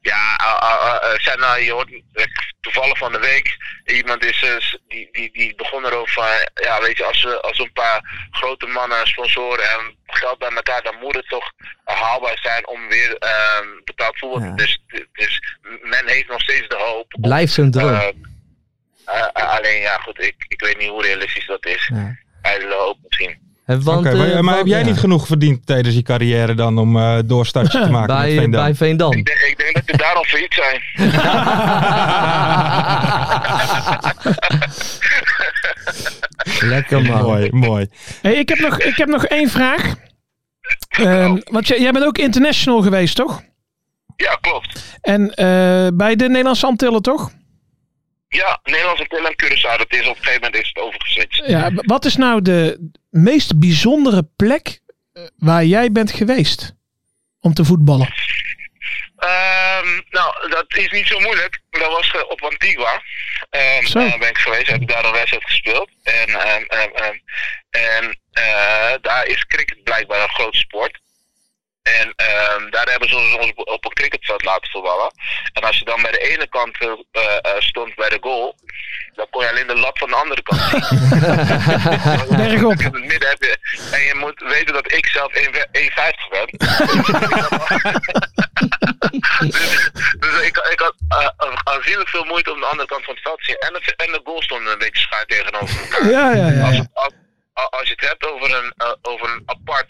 Speaker 6: Ja, eh, eh, eh, eh, zijn nou, je hoort eh, toevallig van de week. Iemand is, eh, s- die, die, die begon erover van, eh, ja weet je, als we, als we een paar grote mannen, sponsoren en geld bij elkaar, dan moet het toch haalbaar zijn om weer eh, betaald voetbal.
Speaker 5: Ja.
Speaker 6: Dus, dus men heeft nog steeds de hoop om
Speaker 5: Blijft zo'n droom.
Speaker 6: Eh, eh, eh, alleen ja, goed, ik, ik weet niet hoe realistisch dat is.
Speaker 5: Ja.
Speaker 6: Ijdele hoop misschien.
Speaker 5: Hè, want,
Speaker 4: Oké,
Speaker 5: eh,
Speaker 4: maar, maar
Speaker 5: want-
Speaker 4: heb jij
Speaker 5: ja.
Speaker 4: niet genoeg verdiend tijdens je carrière dan om eh doorstartjes
Speaker 5: (laughs)
Speaker 4: te maken met
Speaker 5: bij,
Speaker 4: Veendam?
Speaker 5: bij Veendam?
Speaker 4: (laughs)
Speaker 6: Ik denk, ik denk dat we daarom failliet zijn.
Speaker 5: Lekker man.
Speaker 4: Mooi, mooi.
Speaker 7: Hey, ik, heb nog, ik heb nog één vraag. Ehm, want jij, jij bent ook international geweest, toch?
Speaker 6: Ja, klopt.
Speaker 7: En eh, bij de Nederlandse Antillen, toch?
Speaker 6: Ja, Nederlandse Tillen en Curaçao, dat is op een gegeven moment is het overgezet.
Speaker 7: Ja, w- wat is nou de meest bijzondere plek eh, waar jij bent geweest om te voetballen?
Speaker 6: Ehm, nou, dat is niet zo moeilijk. Dat was eh, op Antigua. Ehm
Speaker 7: Zo.
Speaker 6: daar ben ik geweest, heb ik daar een wedstrijd gespeeld. En, ehm, ehm, ehm, en eh, daar is cricket blijkbaar een groot sport. En eh, Ehm, daar hebben ze ons, ons op een cricketveld laten voetballen. En als je dan bij de ene kant eh, eh, stond bij de
Speaker 7: (laughs)
Speaker 6: goal, dan kon je alleen de lat van de andere kant zien.
Speaker 7: Bergop.
Speaker 6: In het midden heb je, en je moet weten dat ik zelf 1,50 ben. dus dus ik, ik had eh, aanzienlijk veel moeite om de andere kant van het veld te zien. En, het, en de goal stonden een beetje schuin tegenover elkaar.
Speaker 7: (laughs) Ja, ja, ja,
Speaker 6: Als,
Speaker 7: ja.
Speaker 6: het- als, als je het hebt over een, eh, over een apart,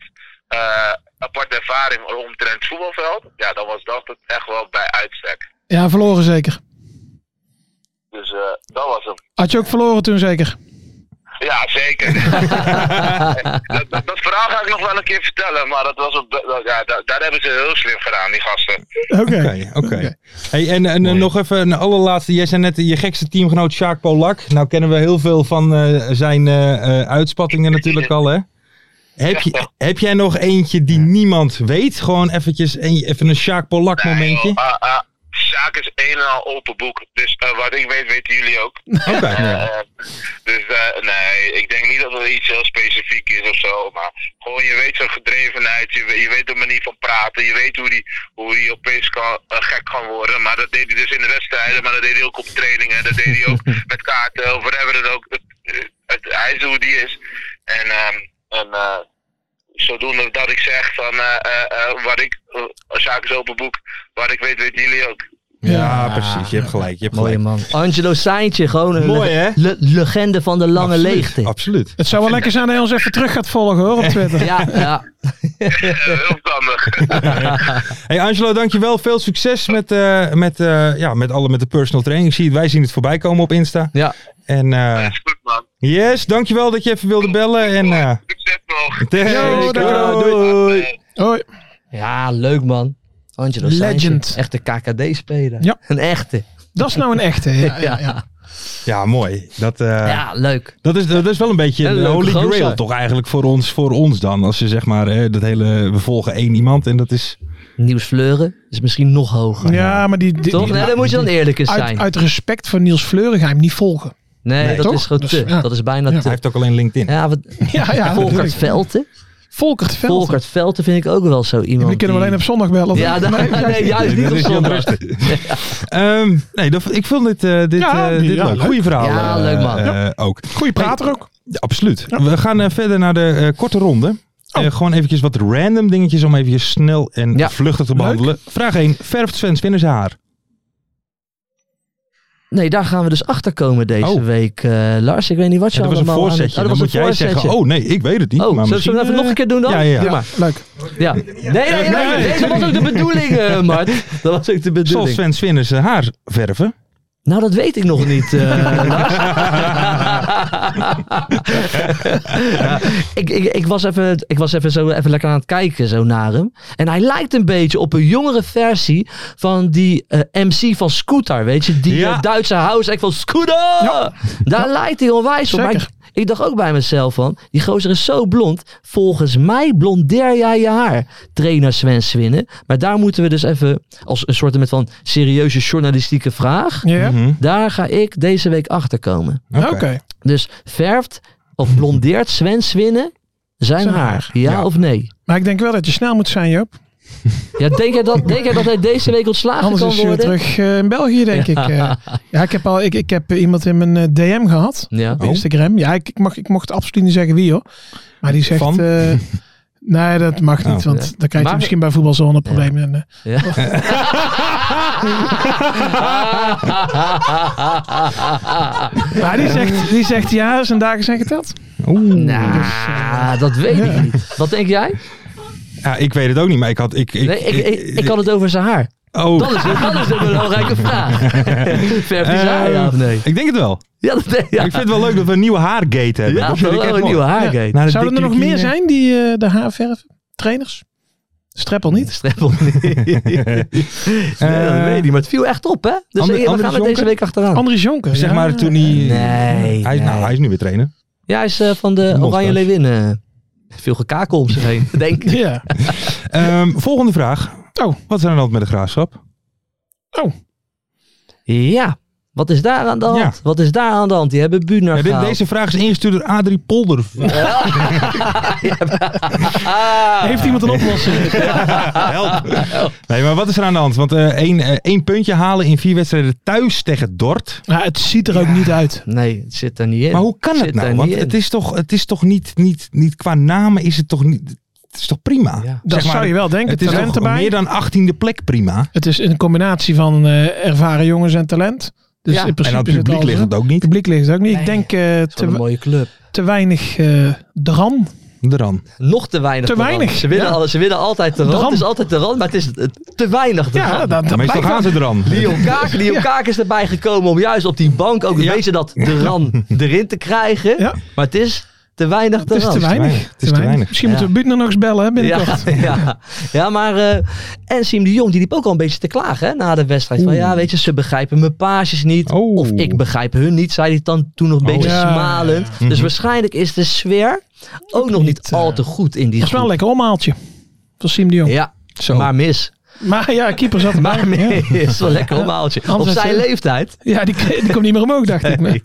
Speaker 6: eh, aparte ervaring omtrent het voetbalveld, ja, dan was dat het echt wel bij uitstek.
Speaker 7: Ja, verloren zeker.
Speaker 6: Dus eh, dat was hem.
Speaker 7: Had je ook verloren toen zeker?
Speaker 6: Ja, zeker. dat, dat, dat verhaal ga ik nog wel een keer vertellen, maar dat was op, dat- ja, da- daar hebben ze heel slim gedaan, die gasten.
Speaker 7: Oké.
Speaker 4: Oké, (laughs) oké. Hey, en en eh, nog even een allerlaatste. Jij zei net eh, je gekste teamgenoot Sjaak Polak. Nou kennen we heel veel van eh, zijn eh, eh, uitspattingen natuurlijk al, hè? Heb, je, heb jij nog eentje die niemand weet? Gewoon eventjes een, even een Sjaak Polak momentje.
Speaker 6: Nee, joh, ah, ah, zaak is een en al open boek, dus eh, wat ik weet, weten jullie ook.
Speaker 4: Oké. ja.
Speaker 6: Eh, dus eh, nee, ik denk niet dat het iets heel specifiek is of zo. Maar gewoon, je weet zijn gedrevenheid, je, we- je weet de manier van praten, je weet hoe die, hoe die opeens kan, eh, gek kan worden. Maar dat deed hij dus in de wedstrijden, maar dat deed hij ook op trainingen, dat deed hij ook met kaarten of whatever dan ook. Het, het- hij is hoe die is. En, ehm, en eh, zodoende dat ik zeg van eh, eh, eh, wat ik, eh, zaak is open boek, wat ik weet, weten jullie ook.
Speaker 4: Ja, precies. Je hebt gelijk. Je hebt
Speaker 5: Mooie
Speaker 4: gelijk.
Speaker 5: man. Angelo Seintje, gewoon een
Speaker 4: Mooi, hè?
Speaker 5: le- legende van de lange
Speaker 4: Absoluut,
Speaker 5: leegte.
Speaker 4: Absoluut.
Speaker 7: Het zou wel lekker zijn dat hij ons even terug gaat volgen hoor op Twitter.
Speaker 5: Ja, ja.
Speaker 6: Eh, Heel handig.
Speaker 4: Hey Angelo, dankjewel. Veel succes met, eh, met, eh, ja, met, alle, met de personal training. Ik zie het, wij zien het voorbij komen op Insta.
Speaker 5: ja.
Speaker 4: En eh,
Speaker 6: Dat is goed, man.
Speaker 4: yes, dankjewel dat je even wilde bellen. En, eh,
Speaker 6: Succes nog.
Speaker 4: thanks.
Speaker 7: Yo, dankjewel.
Speaker 4: eh, Doei.
Speaker 7: Hoi.
Speaker 5: Ja, leuk man. Angelo
Speaker 7: Legend.
Speaker 5: Legend. Echte KKD-speler.
Speaker 7: Ja.
Speaker 5: Een echte.
Speaker 7: Dat is nou een echte. Ja, ja, ja.
Speaker 4: Ja, mooi. Dat, eh,
Speaker 5: Ja, leuk.
Speaker 4: dat, is, dat is wel een beetje
Speaker 5: Een
Speaker 4: de
Speaker 5: leuke
Speaker 4: holy
Speaker 5: gozer.
Speaker 4: grail toch eigenlijk voor ons, voor ons dan. Als je zeg maar, eh, dat hele, we volgen één iemand en dat is...
Speaker 5: Niels Fleuren is misschien nog hoger.
Speaker 7: Ja, maar die, die-
Speaker 5: Toch?
Speaker 7: die-
Speaker 5: Nee, daar moet je dan eerlijk eens zijn.
Speaker 7: uit, uit respect voor Niels Fleuren ga je hem niet volgen.
Speaker 5: nee,
Speaker 7: Nee,
Speaker 5: dat
Speaker 7: toch?
Speaker 5: is gewoon
Speaker 7: Dus,
Speaker 5: te.
Speaker 7: ja.
Speaker 5: Dat is bijna
Speaker 7: Ja.
Speaker 5: te.
Speaker 4: Hij heeft ook alleen LinkedIn. (laughs)
Speaker 5: Ja, wat,
Speaker 7: Ja, ja.
Speaker 5: Volkert
Speaker 7: natuurlijk.
Speaker 5: Velten.
Speaker 7: Volkert Veld.
Speaker 5: Volkert Velten vind ik ook wel zo iemand.
Speaker 7: Die kunnen we alleen op zondag bellen.
Speaker 5: Ja,
Speaker 7: toch?
Speaker 5: da-
Speaker 7: Nee,
Speaker 5: nee,
Speaker 7: juist
Speaker 5: juist niet
Speaker 4: dat
Speaker 5: op
Speaker 4: is Jan
Speaker 5: zondag.
Speaker 4: Ehm, nee, dat, ik vond dit, eh, dit,
Speaker 7: Ja,
Speaker 4: eh,
Speaker 7: die-
Speaker 4: dit
Speaker 7: ja,
Speaker 4: leuk.
Speaker 7: leuk.
Speaker 4: Goeie verhaal.
Speaker 5: Ja,
Speaker 4: eh,
Speaker 5: leuk, man.
Speaker 4: eh, ook.
Speaker 7: niet. Goeie prater ook.
Speaker 4: Ja, absoluut. We gaan eh, verder naar de eh, korte ronde. Eh, gewoon eventjes wat random dingetjes om eventjes snel en
Speaker 5: Oh. Ja.
Speaker 4: vluchtig te behandelen. Vraag 1. Verft Sven Spinners haar?
Speaker 5: (laughs) Nee, daar gaan we dus achter komen deze
Speaker 4: Oh.
Speaker 5: week, eh, Lars. Ik weet niet wat je
Speaker 4: Ja, dat was een
Speaker 5: allemaal aan het-
Speaker 4: voorzetje.
Speaker 5: Oh, dat was
Speaker 4: dan moet
Speaker 5: een
Speaker 4: jij
Speaker 5: voorzetje.
Speaker 4: zeggen, oh nee, ik weet het niet.
Speaker 5: Oh,
Speaker 4: maar
Speaker 5: zullen we
Speaker 4: misschien,
Speaker 5: het even
Speaker 4: eh,
Speaker 5: nog een keer doen dan?
Speaker 4: Ja, ja.
Speaker 7: Ja,
Speaker 4: ja.
Speaker 7: leuk.
Speaker 5: Ja. Nee, nee, nee, nee,
Speaker 4: Nee.
Speaker 5: deze was ook de bedoeling, eh Mart. (laughs) Dat was ook de
Speaker 4: Zal
Speaker 5: bedoeling.
Speaker 4: Sven Spinners eh, haar verven?
Speaker 5: Nou, dat weet ik nog niet, eh, Lars. Ja, ik, ik, ik, was even, ik was even zo even lekker aan het kijken zo naar hem. En hij lijkt een beetje op een jongere versie van die eh, MC van Scooter, weet je? Die
Speaker 4: Ja.
Speaker 5: eh, Duitse house act van Scooter! Daar lijkt hij onwijs op. Maar
Speaker 7: Zeker.
Speaker 5: ik, ik dacht ook bij mezelf van, die gozer is zo blond. Volgens mij blondeer jij je haar, trainer Sven Swinnen. Maar daar moeten we dus even, als een soort met van serieuze journalistieke vraag...
Speaker 7: Ja.
Speaker 4: Mhm.
Speaker 5: Daar ga ik deze week achter komen.
Speaker 7: Oké.
Speaker 5: Dus verft of blondeert Sven Swinnen zijn,
Speaker 7: Zijn
Speaker 5: haar?
Speaker 7: haar.
Speaker 5: Ja,
Speaker 4: Ja.
Speaker 5: of nee?
Speaker 7: Maar ik denk wel dat je snel moet zijn, Joop.
Speaker 5: Ja, denk jij dat, denk jij dat hij deze week ontslagen
Speaker 7: Anders
Speaker 5: kan
Speaker 7: is je
Speaker 5: worden?
Speaker 7: terug eh, in België, denk ik. eh. ja, ik heb, al, ik, ik heb eh, iemand in mijn eh, DM gehad.
Speaker 5: Ja.
Speaker 4: Oh.
Speaker 7: Op Instagram. Ja, ik, ik, mag, ik mocht absoluut niet zeggen wie hoor. Maar die zegt.
Speaker 4: Van?
Speaker 7: eh, nee, dat mag niet.
Speaker 4: Oh.
Speaker 7: Want dan krijg je
Speaker 5: Maar-
Speaker 7: misschien bij voetbalzone een probleem. En, eh,
Speaker 5: Ja.
Speaker 7: maar die zegt, die zegt ja, zijn dagen zijn geteld.
Speaker 5: (laughs) nou, dat weet ik niet. Wat denk jij?
Speaker 4: Ja, ik weet het ook niet, maar ik had... Ik, ik,
Speaker 5: Nee, ik, ik, ik had het over zijn haar.
Speaker 4: Oh,
Speaker 5: Dat is, dat is een belangrijke vraag. Verft hij zijn haar, ja of nee?
Speaker 4: ik denk het wel.
Speaker 5: Ja, dat denk
Speaker 4: Eh, Ik vind het wel leuk dat we een nieuwe haargate hebben.
Speaker 5: Ja,
Speaker 4: dat vind ik
Speaker 5: wel
Speaker 4: echt
Speaker 5: een
Speaker 4: mooi.
Speaker 5: nieuwe haargate.
Speaker 4: Nou, de
Speaker 7: Zouden er nog
Speaker 4: dikke
Speaker 7: meer
Speaker 4: kienen.
Speaker 7: zijn die eh, de haarverf trainers? Streppel
Speaker 4: (laughs)
Speaker 7: niet.
Speaker 5: Streppel niet. (laughs) nee, dat
Speaker 4: Eh,
Speaker 5: weet ik niet, Maar het viel echt op, hè? Dus
Speaker 4: Ander-
Speaker 5: eh, we
Speaker 4: Andries
Speaker 5: gaan er
Speaker 4: Jonker?
Speaker 5: deze week achteraan.
Speaker 7: Andries Jonker.
Speaker 4: Oh. Zeg
Speaker 7: ja.
Speaker 4: maar toen hij...
Speaker 5: Nee,
Speaker 4: Hij, is- nou,
Speaker 5: nee.
Speaker 4: hij is nu weer trainer.
Speaker 5: Ja, hij is eh, van de
Speaker 4: Monsters.
Speaker 5: Oranje Leeuwin. eh, veel gekakel om zich
Speaker 4: (laughs)
Speaker 5: heen, denk ik.
Speaker 7: Ja.
Speaker 4: Ehm, volgende vraag.
Speaker 7: Oh.
Speaker 4: Wat zijn er dan met de graafschap?
Speaker 5: Ja, Wat is daar aan de hand?
Speaker 4: Ja.
Speaker 5: Wat is daar aan de hand? Die hebben Bunar
Speaker 4: Ja, dit-
Speaker 5: gehaald. (laughs)
Speaker 4: deze vraag is ingestuurd door Adrie Polder. (laughs)
Speaker 5: Ah.
Speaker 7: Heeft iemand een
Speaker 4: (laughs)
Speaker 7: oplossing?
Speaker 4: Help. Nee, maar wat is er aan de hand? Want eh, één, eh, één puntje halen in vier wedstrijden thuis tegen Dort.
Speaker 7: nou, het ziet er ook niet uit.
Speaker 5: Nee, het zit er niet in.
Speaker 4: Maar hoe kan
Speaker 5: Zit
Speaker 4: het nou?
Speaker 5: daar
Speaker 4: Want
Speaker 5: niet
Speaker 4: het
Speaker 5: in.
Speaker 4: is toch, het is toch niet, niet, niet qua namen is het toch niet, het is toch prima?
Speaker 5: Ja.
Speaker 4: Zeg
Speaker 7: Dat zou je wel denken.
Speaker 4: Het is
Speaker 7: talent
Speaker 4: toch
Speaker 7: erbij.
Speaker 4: meer dan 18e plek prima.
Speaker 7: Het is een combinatie van eh, ervaren jongens en talent. Dus
Speaker 5: Ja,
Speaker 7: in
Speaker 4: En
Speaker 7: principe
Speaker 4: aan het
Speaker 7: is het
Speaker 4: publiek
Speaker 7: alles,
Speaker 4: ligt
Speaker 7: hè?
Speaker 4: het ook niet.
Speaker 7: publiek ligt het ook niet. Ik
Speaker 5: Nee,
Speaker 7: denk eh,
Speaker 5: Het is wel een
Speaker 7: te,
Speaker 5: mooie club.
Speaker 7: te weinig eh dram.
Speaker 4: Dran.
Speaker 5: Nog te weinig.
Speaker 7: Te
Speaker 5: de rand.
Speaker 7: weinig,
Speaker 5: Ze winnen,
Speaker 7: ja.
Speaker 5: alles, ze winnen altijd de rand.
Speaker 7: rand.
Speaker 5: Het is altijd de rand, maar het is eh, te weinig de
Speaker 7: Ja,
Speaker 5: rand.
Speaker 7: dat,
Speaker 4: Meestal
Speaker 7: dat blijkt wel.
Speaker 4: gaan ze Dran.
Speaker 7: (laughs)
Speaker 5: Leon Kaak, Leon Kaak is erbij gekomen om juist op die bank ook een
Speaker 4: Ja.
Speaker 5: beetje dat de ran erin te krijgen.
Speaker 7: Ja.
Speaker 5: Maar het is te weinig de
Speaker 7: Het is
Speaker 5: ran.
Speaker 7: te weinig.
Speaker 4: Het is te weinig.
Speaker 7: Misschien
Speaker 5: Ja.
Speaker 7: moeten we Buutner nog eens bellen hè, binnenkort.
Speaker 5: Ja, (laughs) ja. ja, maar eh, en Siem de Jong die liep ook al een beetje te klagen hè, na de wedstrijd. Van, ja, weet je, ze begrijpen mijn paasjes niet.
Speaker 4: Oh.
Speaker 5: Of ik begrijp hun niet, zei hij dan toen nog een beetje
Speaker 7: Oh, ja. Mhm.
Speaker 5: smalend. Dus waarschijnlijk is de sfeer ook nog niet
Speaker 7: eh,
Speaker 5: al te goed in die
Speaker 7: Dat is wel een
Speaker 5: groep.
Speaker 7: lekker ommaaltje. Van Siem de Jong.
Speaker 5: Ja,
Speaker 4: Zo.
Speaker 5: maar mis.
Speaker 7: Maar ja, keeper zat erbij.
Speaker 5: Maar mis.
Speaker 7: Ja.
Speaker 5: Wel lekker omhaaltje. Op
Speaker 7: Anders is
Speaker 5: zijn
Speaker 7: het-
Speaker 5: leeftijd.
Speaker 7: Ja, die, die komt niet meer omhoog, dacht ik. Maar-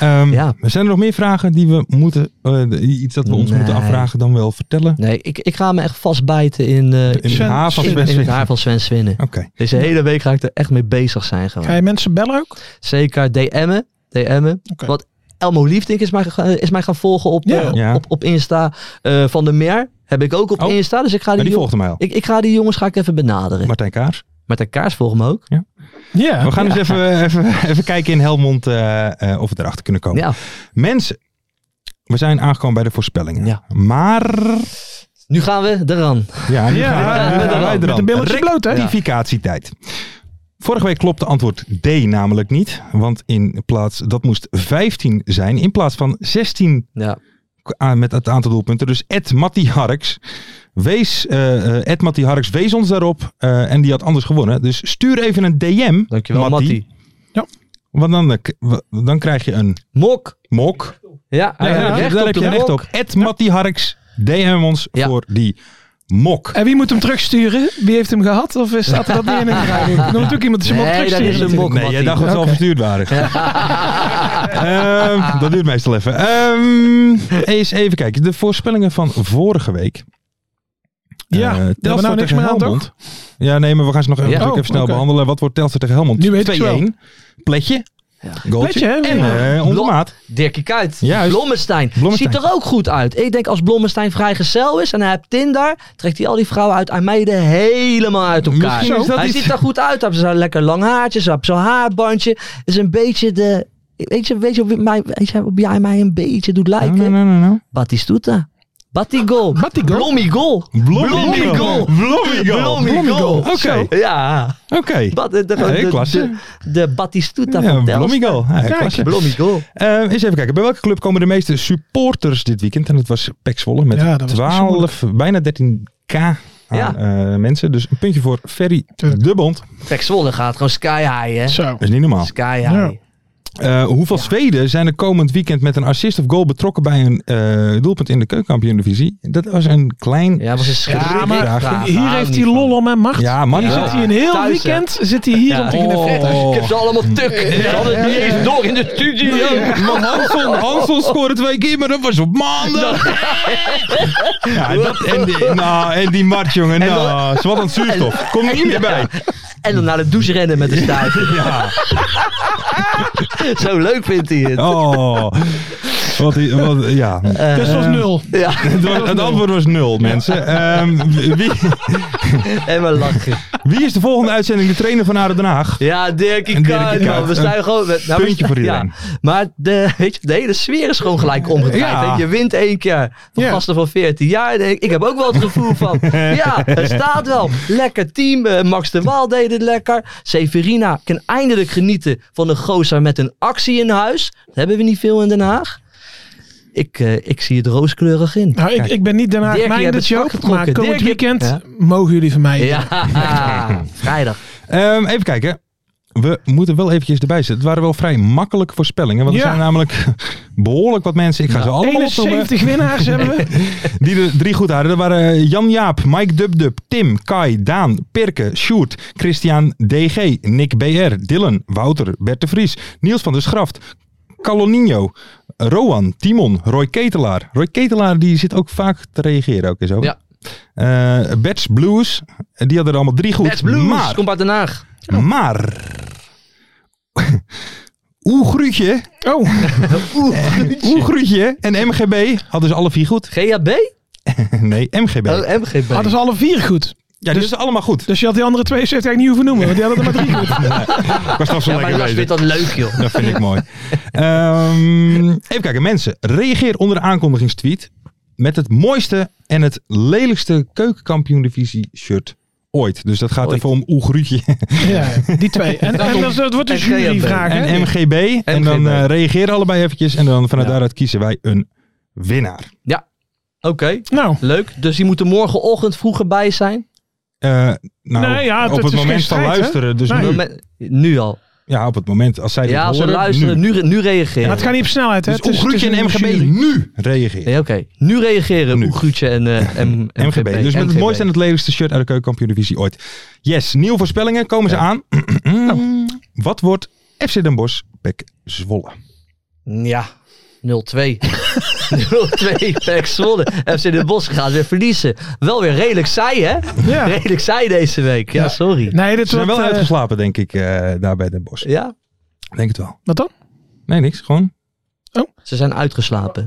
Speaker 4: Ehm,
Speaker 5: Ja.
Speaker 4: Zijn er nog meer vragen die we moeten, eh, iets dat we ons
Speaker 5: Nee.
Speaker 4: moeten afvragen dan wel vertellen?
Speaker 5: Nee, ik, ik ga me echt vastbijten in, eh,
Speaker 4: In het
Speaker 7: Sven-
Speaker 4: haar van
Speaker 5: in-
Speaker 4: Sven
Speaker 5: in het
Speaker 4: Swift.
Speaker 5: haar van Sven Swinnen.
Speaker 4: Oké.
Speaker 5: Deze hele week ga ik er echt mee bezig zijn gewoon.
Speaker 7: Ga je mensen bellen ook?
Speaker 5: Zeker DM'en. DM'en.
Speaker 7: Oké.
Speaker 5: Wat Elmo Liefdink is mij, ge- is mij gaan volgen op,
Speaker 7: Ja.
Speaker 5: eh,
Speaker 4: Ja.
Speaker 5: op, op Insta. Eh, van der Meer heb ik ook op
Speaker 4: Oh.
Speaker 5: Insta. Dus ik ga die,
Speaker 4: Maar die
Speaker 5: jong-
Speaker 4: volgde mij al.
Speaker 5: ik, ik ga die jongens ga ik even benaderen. Maar,
Speaker 4: Martijn Kaars.
Speaker 5: de kaars volgen me ook.
Speaker 7: Ja.
Speaker 4: We gaan eens even, (laughs) even, even kijken in Helmond eh, eh, of we erachter kunnen komen.
Speaker 5: Ja.
Speaker 4: Mensen, we zijn aangekomen bij de voorspellingen.
Speaker 5: Ja.
Speaker 4: Maar,
Speaker 5: Nu gaan we eraan.
Speaker 4: ja, nu
Speaker 7: Ja,
Speaker 4: gaan we-
Speaker 5: met de
Speaker 4: nu gaan
Speaker 5: rand.
Speaker 4: wij er
Speaker 5: Met
Speaker 4: aan.
Speaker 7: de billetjes bloot, hè?
Speaker 4: Rectificatietijd. Vorige week klopt de antwoord D namelijk niet. Want in plaats, dat moest 15 zijn in plaats van 16
Speaker 5: Ja.
Speaker 4: aan- met het aantal doelpunten. Dus Ed Matty Harks. Wees, eh, eh, Ed Matty Harks wees ons daarop. eh, en die had anders gewonnen. Dus stuur even een DM.
Speaker 5: Dankjewel, Matty.
Speaker 4: Want dan, eh, k- w- dan krijg je een
Speaker 5: Mok.
Speaker 4: mok.
Speaker 5: Ja, hij
Speaker 4: Ja,
Speaker 5: heeft
Speaker 4: daar
Speaker 5: recht
Speaker 4: daar
Speaker 5: op
Speaker 4: heb
Speaker 5: de
Speaker 4: je recht
Speaker 5: mok.
Speaker 4: op. Ed Matty Harks, DM ons
Speaker 5: Ja.
Speaker 4: voor die mok.
Speaker 7: En wie moet hem terugsturen? Wie heeft hem gehad? Of staat er dat niet in? het draaiboek? Dan moet ook iemand zijn mond
Speaker 5: Nee, dat
Speaker 7: terugsturen.
Speaker 5: is een
Speaker 7: natuurlijk.
Speaker 5: mok.
Speaker 4: Nee, jij
Speaker 5: Matty.
Speaker 4: dacht dat ze al
Speaker 7: Oké.
Speaker 4: verstuurd waren. (laughs) Ehm, dat duurt meestal even. Ehm, eens even kijken. De voorspellingen van vorige week.
Speaker 7: Ja,
Speaker 4: Eh,
Speaker 7: daar hebben we nou
Speaker 4: tegen
Speaker 7: niks meer aan,
Speaker 4: Helmond. Ja, nee, maar we gaan ze nog even,
Speaker 5: Ja.
Speaker 4: natuurlijk
Speaker 7: Oh,
Speaker 4: even snel
Speaker 7: oké.
Speaker 4: behandelen. Wat wordt Telstra tegen Helmond?
Speaker 7: Nu weet ik het wel.
Speaker 4: 2-1. Pletje.
Speaker 5: Ja.
Speaker 4: Goaltje.
Speaker 7: Pletje, hè?
Speaker 4: en
Speaker 7: Ja.
Speaker 4: eh, onze
Speaker 5: Blok.
Speaker 4: maat.
Speaker 5: Dirkie Kuyt.
Speaker 4: Juist.
Speaker 5: Blommestein.
Speaker 4: Blommestein.
Speaker 5: Ziet er ook goed uit. Ik denk als Blommestein vrijgezel is en hij hebt Tinder, trekt hij al die vrouwen uit Armeiden helemaal uit elkaar.
Speaker 4: Misschien is dat
Speaker 5: hij
Speaker 4: iets-
Speaker 5: ziet er goed uit. Hij heeft zo'n lekker lang haartje, zo- zo'n haarbandje. Is een beetje de... Weet je, weet je, op wie mij, weet je op wie jij mij een beetje doet
Speaker 4: Nou,
Speaker 5: lijken?
Speaker 4: nou, nou, nou, nou.
Speaker 5: Batistuta. Batigol.
Speaker 7: Batigol.
Speaker 5: Blommigol. Blommigol.
Speaker 4: Blommigol.
Speaker 5: Blommigol.
Speaker 4: Oké.
Speaker 5: Zo. Ja.
Speaker 4: Oké.
Speaker 5: Wat, de, de,
Speaker 4: Ja, heel
Speaker 5: de-
Speaker 4: klasse.
Speaker 5: de- de Batistuta
Speaker 4: Ja,
Speaker 5: van Telstra.
Speaker 4: Blommigol. Ja, klasse.
Speaker 5: Blommigol.
Speaker 4: Eh, eens even kijken. Bij welke club komen de meeste supporters dit weekend? En dat was Pek Zwolle met
Speaker 7: Ja, dat was niet zo
Speaker 4: 12, bijna 13k aan
Speaker 5: Ja.
Speaker 4: eh, mensen. Dus een puntje voor Ferry
Speaker 7: Tuurlijk.
Speaker 4: de Bond.
Speaker 5: Pek Zwolle gaat gewoon sky high, hè?
Speaker 7: Zo.
Speaker 4: Dat is niet normaal.
Speaker 5: Sky high.
Speaker 7: Ja.
Speaker 4: Eh, hoeveel Zweden zijn er komend weekend met een assist of goal betrokken bij een eh, doelpunt in de keukenkampioen-divisie? Dat was een klein...
Speaker 5: Ja, was een schrik.
Speaker 7: Ja, maar
Speaker 4: vraag.
Speaker 7: hier
Speaker 5: nou,
Speaker 7: heeft hij lol om en macht.
Speaker 4: Ja, man.
Speaker 7: Hier
Speaker 4: ja.
Speaker 7: zit hij een heel
Speaker 5: Thuis, hè?
Speaker 7: weekend zit hij hier
Speaker 5: Ja.
Speaker 7: om te gniffelen.
Speaker 4: Oh.
Speaker 5: Ik heb ze allemaal tuk. Ik had het niet eens door in de studio.
Speaker 4: Man, Hansel, Hansel scoorde twee keer, maar dat was op maandag. Ja, dat, en, die, nou, en die Mart, jongen.
Speaker 5: En dan-
Speaker 4: Nou, zwart aan zuurstof. Kom er niet meer bij.
Speaker 5: En dan naar de douche rennen met de stuit.
Speaker 4: Ja.
Speaker 5: (laughs) Zo leuk vindt hij het. Eh,
Speaker 4: Oh. Wat, die- wat, ja.
Speaker 7: Dus dat was nul.
Speaker 5: Ja, (laughs)
Speaker 4: Het, was- het antwoord was nul, mensen. Ehm, wie,
Speaker 5: en we lachen.
Speaker 4: wie is de volgende uitzending? De trainer van Aden Den Haag?
Speaker 5: Ja, Dirkie
Speaker 4: En Dirkie
Speaker 5: Kuyt, man.
Speaker 4: Kuyt.
Speaker 5: We
Speaker 4: Een
Speaker 5: zijn gewoon... we- nou, we-
Speaker 4: puntje voor iedereen.
Speaker 5: Ja. Maar de, weet je, de hele sfeer is gewoon gelijk omgedraaid.
Speaker 4: Ja.
Speaker 5: hè. Je wint één keer van
Speaker 7: Ja.
Speaker 5: gasten van 14 jaar. En Ik, ik heb ook wel het gevoel
Speaker 4: (laughs)
Speaker 5: van... Ja, het staat wel. Lekker team. eh, Max de Waal deed het lekker. Severina kan eindelijk genieten van een gozer met een actie in huis. Dat hebben we niet veel in Den Haag. Ik, eh, ik zie het rooskleurig in.
Speaker 7: Nou, ik, ik ben niet daarna
Speaker 5: Dirkie
Speaker 7: mijn
Speaker 5: hebben
Speaker 7: de
Speaker 5: het
Speaker 7: joke,
Speaker 5: vak
Speaker 7: maar
Speaker 5: getrokken.
Speaker 7: komend
Speaker 5: Dirkie-
Speaker 7: weekend
Speaker 5: Ja.
Speaker 7: mogen jullie van mij.
Speaker 5: Ja, (laughs) vrijdag.
Speaker 4: Ehm, even kijken. We moeten wel eventjes erbij zetten. Het waren wel vrij makkelijke voorspellingen. Want er
Speaker 7: Ja.
Speaker 4: zijn namelijk behoorlijk wat mensen. Ik ga ze allemaal eh, opnoemen.
Speaker 7: 71 winnaars hebben we.
Speaker 4: Die er drie goed hadden. Dat waren Jan Jaap, Mike Dubdub, Tim, Kai, Daan, Pirke, Sjoerd, Christian DG, Nick BR, Dylan, Wouter, Bert de Vries, Niels van der Schraft, Caloninho, Roan, Timon, Roy Ketelaar. Roy Ketelaar die zit ook vaak te reageren ook en zo.
Speaker 5: Ja.
Speaker 4: Eh, Bets Blues, die hadden er allemaal drie goed.
Speaker 5: Bets Blues,
Speaker 4: maar,
Speaker 5: komt uit Den Haag.
Speaker 4: maar... (laughs) Oeh, Gruutje.
Speaker 7: Oh,
Speaker 4: Oeh, Gruutje en MGB hadden ze alle vier goed. (laughs)
Speaker 5: GHB?
Speaker 4: Nee, MGB.
Speaker 5: Oh, MGB.
Speaker 7: hadden ze alle vier goed.
Speaker 4: ja, dus, is allemaal goed.
Speaker 7: Dus je had die andere 72 eigenlijk niet hoeven noemen. Want die hadden er maar drie goed.
Speaker 4: Ik was toch zo
Speaker 5: ja, maar
Speaker 4: lekker
Speaker 5: Lars
Speaker 4: bezig.
Speaker 5: vindt dat leuk, joh.
Speaker 4: Dat vind ik mooi. Ehm, even kijken, mensen. Reageer onder de aankondigingstweet met het mooiste en het lelijkste keukenkampioen-divisie shirt ooit. Dus dat gaat
Speaker 5: Ooit.
Speaker 4: even om Oegruutje
Speaker 7: Ja, die twee. En, en dat, dat wordt een
Speaker 5: En GHB.
Speaker 7: juryvraag. hè?
Speaker 4: en MGB. En
Speaker 5: MGB.
Speaker 4: dan eh, reageer allebei eventjes en dan vanuit
Speaker 5: Ja.
Speaker 4: daaruit kiezen wij een winnaar.
Speaker 5: (laughs) Oké,
Speaker 7: Nou,
Speaker 5: leuk. Dus die moeten morgenochtend vroeger bij zijn.
Speaker 4: Eh, nou,
Speaker 7: Nee, ja,
Speaker 4: op
Speaker 7: het
Speaker 4: het
Speaker 7: is
Speaker 4: moment
Speaker 7: geen
Speaker 4: van
Speaker 7: strijd, hè?
Speaker 4: luisteren. Dus
Speaker 7: Nee.
Speaker 4: nu,
Speaker 5: Moment- Nu al.
Speaker 4: ja, op het moment. Als zij dit
Speaker 5: Ja, als ze
Speaker 4: horen,
Speaker 5: luisteren,
Speaker 4: nu.
Speaker 5: nu, re- nu reageren.
Speaker 7: maar het gaat niet op snelheid. Hè?
Speaker 4: Dus
Speaker 7: Het is-
Speaker 4: Oegruutje
Speaker 7: het is
Speaker 4: en
Speaker 7: een
Speaker 4: MGB,
Speaker 7: jury.
Speaker 4: nu reageer.
Speaker 5: Nee, oké. Nu reageren,
Speaker 4: Nu.
Speaker 5: nu. Gruutje en eh, M- MGB.
Speaker 4: MGB. Dus met het
Speaker 5: MGB.
Speaker 4: mooiste en het lelijkste shirt uit de keukenkampioen-divisie ooit. Yes, nieuwe voorspellingen komen ze aan. Nou, Wat wordt FC Den Bosch Pek Zwolle?
Speaker 5: Ja, (laughs) 0-2. 0-2, Pek Zwolle. FC Den Bosch gaat weer verliezen. Wel weer redelijk saai, hè?
Speaker 7: Ja.
Speaker 5: Redelijk saai deze week. Ja,
Speaker 7: Ja.
Speaker 5: sorry.
Speaker 7: Nee, dit
Speaker 4: Ze zijn
Speaker 7: wordt,
Speaker 4: wel
Speaker 7: eh,
Speaker 4: uitgeslapen, denk ik, eh, daar bij Den Bosch.
Speaker 5: Ja,
Speaker 4: Denk het wel.
Speaker 7: Wat dan?
Speaker 4: Nee, niks. Gewoon.
Speaker 5: ze zijn uitgeslapen.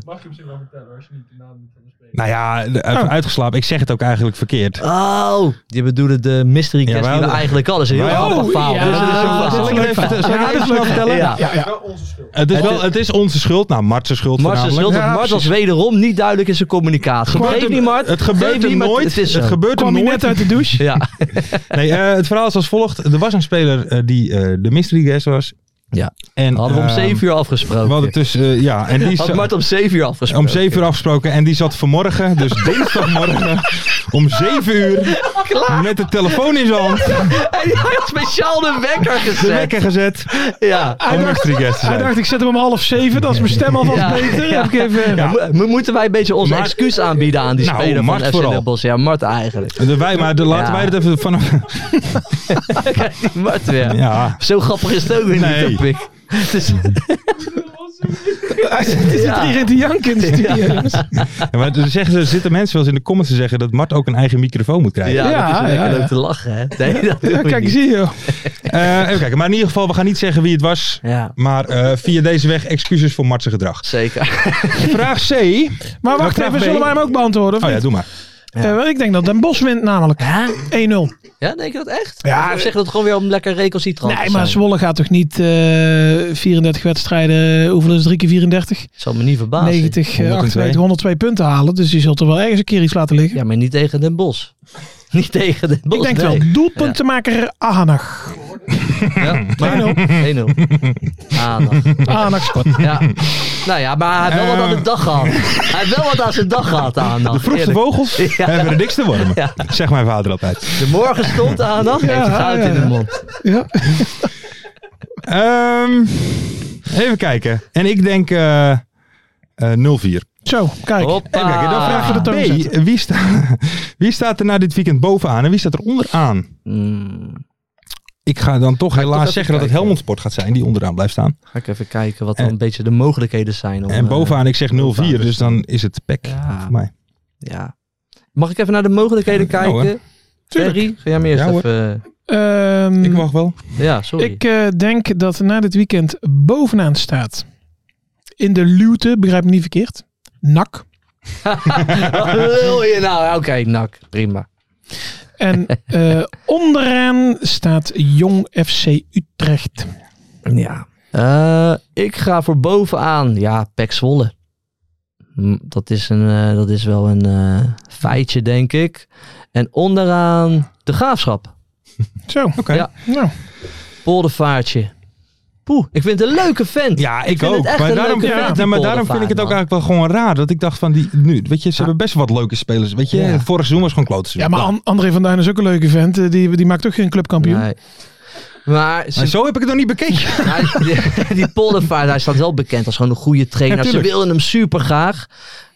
Speaker 4: Nou ja, de- uit- uitgeslapen. Ik zeg het ook eigenlijk verkeerd.
Speaker 5: Oh, die bedoelen de mystery
Speaker 4: Ja,
Speaker 5: guest die we
Speaker 4: wij hadden-
Speaker 5: eigenlijk al is een heel
Speaker 4: Wij
Speaker 5: grappig
Speaker 7: hadden-
Speaker 5: verhaal.
Speaker 7: Ja,
Speaker 5: Dus dat is
Speaker 7: dat
Speaker 5: een
Speaker 7: is
Speaker 5: verhaal.
Speaker 7: leuk.
Speaker 4: Ja, dat is leuk vertellen.
Speaker 5: Ja.
Speaker 7: Ja, ja.
Speaker 4: Het, is wel, het is onze schuld. Nou, Martse schuld
Speaker 5: Mars,
Speaker 4: voornamelijk.
Speaker 5: schuld,
Speaker 4: Ja,
Speaker 5: Mars was
Speaker 4: precies.
Speaker 5: wederom niet duidelijk in zijn communicatie.
Speaker 4: Gebeurt
Speaker 5: Geef
Speaker 4: hem-
Speaker 5: niet,
Speaker 4: (laughs)
Speaker 5: Mart.
Speaker 4: Het
Speaker 5: Geef
Speaker 4: gebeurt
Speaker 5: niet,
Speaker 4: hem
Speaker 5: Mart.
Speaker 4: nooit.
Speaker 5: Het is
Speaker 4: Het
Speaker 5: zo.
Speaker 4: gebeurt hem
Speaker 7: Kwam hij
Speaker 4: nooit.
Speaker 7: net uit de douche?
Speaker 5: Ja,
Speaker 4: Nee, eh, het verhaal is als volgt. Er was een speler eh, die eh, de mystery guest was.
Speaker 5: Ja.
Speaker 4: En,
Speaker 5: hadden we om
Speaker 4: ehm,
Speaker 5: 7 uur
Speaker 4: We hadden
Speaker 5: afgesproken.
Speaker 4: tussen, eh, ja, en die
Speaker 5: Had
Speaker 4: za-
Speaker 5: Mart om 7 uur afgesproken.
Speaker 4: om 7 uur afgesproken en die zat vanmorgen, dus
Speaker 5: (laughs)
Speaker 4: dinsdagmorgen, om 7 uur
Speaker 5: (laughs)
Speaker 4: met de telefoon in zijn hand,
Speaker 5: En hij had speciaal de wekker
Speaker 4: de
Speaker 5: gezet.
Speaker 4: wekker gezet
Speaker 5: Ja.
Speaker 4: om mystery guest te
Speaker 7: Hij
Speaker 4: zijn.
Speaker 7: dacht, ik zet hem om half zeven. Dat is mijn stem alvast
Speaker 5: Ja.
Speaker 7: beter. Heb ik even... eh,
Speaker 5: Ja. Mo- mo- moeten wij een beetje ons
Speaker 4: Maar-
Speaker 5: excuus aanbieden aan die
Speaker 4: Nou,
Speaker 5: speler
Speaker 4: Mart
Speaker 5: van FC
Speaker 4: vooral.
Speaker 5: Den Bosch? Ja, Mart eigenlijk.
Speaker 4: De, wij, maar de, laten
Speaker 5: Ja.
Speaker 4: wij het even vanaf...
Speaker 5: (laughs) Mart weer.
Speaker 4: Ja.
Speaker 5: Zo grappig is het ook weer
Speaker 4: Nee.
Speaker 5: niet, hoop ik. Het is-
Speaker 7: Er zit
Speaker 5: Ja.
Speaker 7: hier in de jank in de studio. jongens.
Speaker 4: Ja, Maar er, zeggen, ze- er zitten mensen wel eens in de comments te zeggen dat Mart ook een eigen microfoon moet krijgen.
Speaker 5: ja,
Speaker 7: Ja,
Speaker 5: dat is lekker
Speaker 7: ja, ja.
Speaker 5: leuk te lachen, hè? Nee, dat doe
Speaker 7: Ja,
Speaker 5: ik
Speaker 7: kijk,
Speaker 5: niet.
Speaker 7: zie je.
Speaker 4: Eh, even kijken, maar in ieder geval, we gaan niet zeggen wie het was.
Speaker 5: Ja,
Speaker 4: Maar eh, via deze weg excuses voor Martse gedrag.
Speaker 5: zeker.
Speaker 4: Vraag C.
Speaker 7: Maar wacht
Speaker 4: vraag
Speaker 7: even,
Speaker 4: B.
Speaker 7: zullen wij hem ook beantwoorden? Of
Speaker 4: Oh ja,
Speaker 7: niet?
Speaker 4: doe maar.
Speaker 7: Eh, wel, ik denk dat Den Bos wint namelijk 1-0.
Speaker 5: Ja? ja, denk je dat echt?
Speaker 7: Ja.
Speaker 5: Of zeg je dat gewoon weer om lekker recalcitrant
Speaker 7: Nee,
Speaker 5: te
Speaker 7: maar
Speaker 5: zijn?
Speaker 7: Zwolle gaat toch niet eh, 34 wedstrijden, eh, hoeveel is 3 keer 34?
Speaker 5: Zal me niet verbazen.
Speaker 7: 90, eh,
Speaker 4: 102.
Speaker 7: 98, 102 punten halen. Dus die zult er wel ergens een keer iets laten liggen.
Speaker 5: Ja, maar niet tegen Den Bos. (laughs) niet tegen Den Bos.
Speaker 7: ik denk
Speaker 5: nee.
Speaker 7: wel. Doelpuntenmaker
Speaker 5: (laughs)
Speaker 7: Ahanag. (laughs)
Speaker 5: Ja, maar 1-0. Aandacht.
Speaker 7: Ahanag scoort.
Speaker 5: Ja. Nou ja, maar hij heeft wel wat
Speaker 7: Eh.
Speaker 5: aan de dag
Speaker 7: (laughs)
Speaker 5: gehad. Hij heeft wel wat aan zijn dag gehad, aandacht.
Speaker 4: De vroegste
Speaker 5: Nou, Eerlijk.
Speaker 4: vogels hebben de dikste wormen.
Speaker 5: Ja.
Speaker 4: Zeg mijn vader altijd.
Speaker 5: De morgen stond aandacht. Heeft het goud in de mond.
Speaker 7: Ja.
Speaker 4: Ehm, even kijken. En ik denk eh, eh, 0-4.
Speaker 7: Zo, kijk.
Speaker 5: Hoppa.
Speaker 4: Even kijken, dan vraag je
Speaker 7: de toon
Speaker 4: de B.
Speaker 7: zetten.
Speaker 4: Wie, sta- wie staat er na dit weekend bovenaan en wie staat er onderaan?
Speaker 5: Hmm,
Speaker 4: Ik ga dan toch
Speaker 5: toch
Speaker 4: helaas
Speaker 5: even
Speaker 4: zeggen dat het
Speaker 5: kijken.
Speaker 4: Helmond Sport gaat zijn die onderaan blijft staan.
Speaker 5: ga ik even kijken wat dan
Speaker 4: En-
Speaker 5: een beetje de mogelijkheden zijn. Om,
Speaker 4: en
Speaker 5: eh,
Speaker 4: bovenaan, ik zeg 0-4,
Speaker 5: bovenaan.
Speaker 4: dus dan is het pek
Speaker 5: Ja.
Speaker 4: voor mij.
Speaker 5: ja. Mag ik even naar de mogelijkheden
Speaker 4: Nou,
Speaker 5: kijken? Ferry, ga jij me eerst
Speaker 4: Ja, hoor.
Speaker 5: even... eh,
Speaker 7: Ehm,
Speaker 4: Ik mag wel.
Speaker 5: Ja, sorry.
Speaker 7: ik eh, denk dat na dit weekend bovenaan staat. In de luwte, begrijp me niet verkeerd. Nak.
Speaker 5: (laughs) Wat wil je nou? Oké, nak. Prima.
Speaker 7: En
Speaker 5: (laughs)
Speaker 7: eh, onderaan staat Jong FC Utrecht.
Speaker 5: Ja. Eh, ik ga voor bovenaan. Ja, Pek Zwolle. Hm, Dat is, een, eh, dat is wel een eh, feitje, denk ik. En onderaan de graafschap.
Speaker 7: Zo.
Speaker 4: Oké.
Speaker 5: Ja.
Speaker 7: Nou,
Speaker 5: Poldervaartje. Poeh, ik vind het een leuke vent.
Speaker 4: Ja, ik
Speaker 5: vind
Speaker 4: ook.
Speaker 5: het echt
Speaker 4: Maar
Speaker 5: een
Speaker 4: daarom,
Speaker 5: leuke
Speaker 4: ja,
Speaker 5: vent, die
Speaker 4: nee, maar daarom vind ik
Speaker 5: Poldervaart,
Speaker 4: het ook
Speaker 5: man.
Speaker 4: eigenlijk wel gewoon raar. Dat ik dacht van die nu. Weet je, ze
Speaker 5: Ja.
Speaker 4: hebben best wat leuke spelers. Weet je,
Speaker 5: Ja.
Speaker 7: nou.
Speaker 4: vorig seizoen Nou, was gewoon klote.
Speaker 7: ja, maar An- André van Duin is ook een leuke vent. Eh, Die, die maakt ook geen clubkampioen.
Speaker 5: Nee. Maar, ze-
Speaker 4: Maar zo heb ik het nog niet bekeken. (laughs)
Speaker 5: maar Nou, die, (laughs) die Poldervaart, hij staat wel bekend als gewoon een goede trainer.
Speaker 4: Ja,
Speaker 5: ze
Speaker 4: tuurlijk.
Speaker 5: willen hem super graag.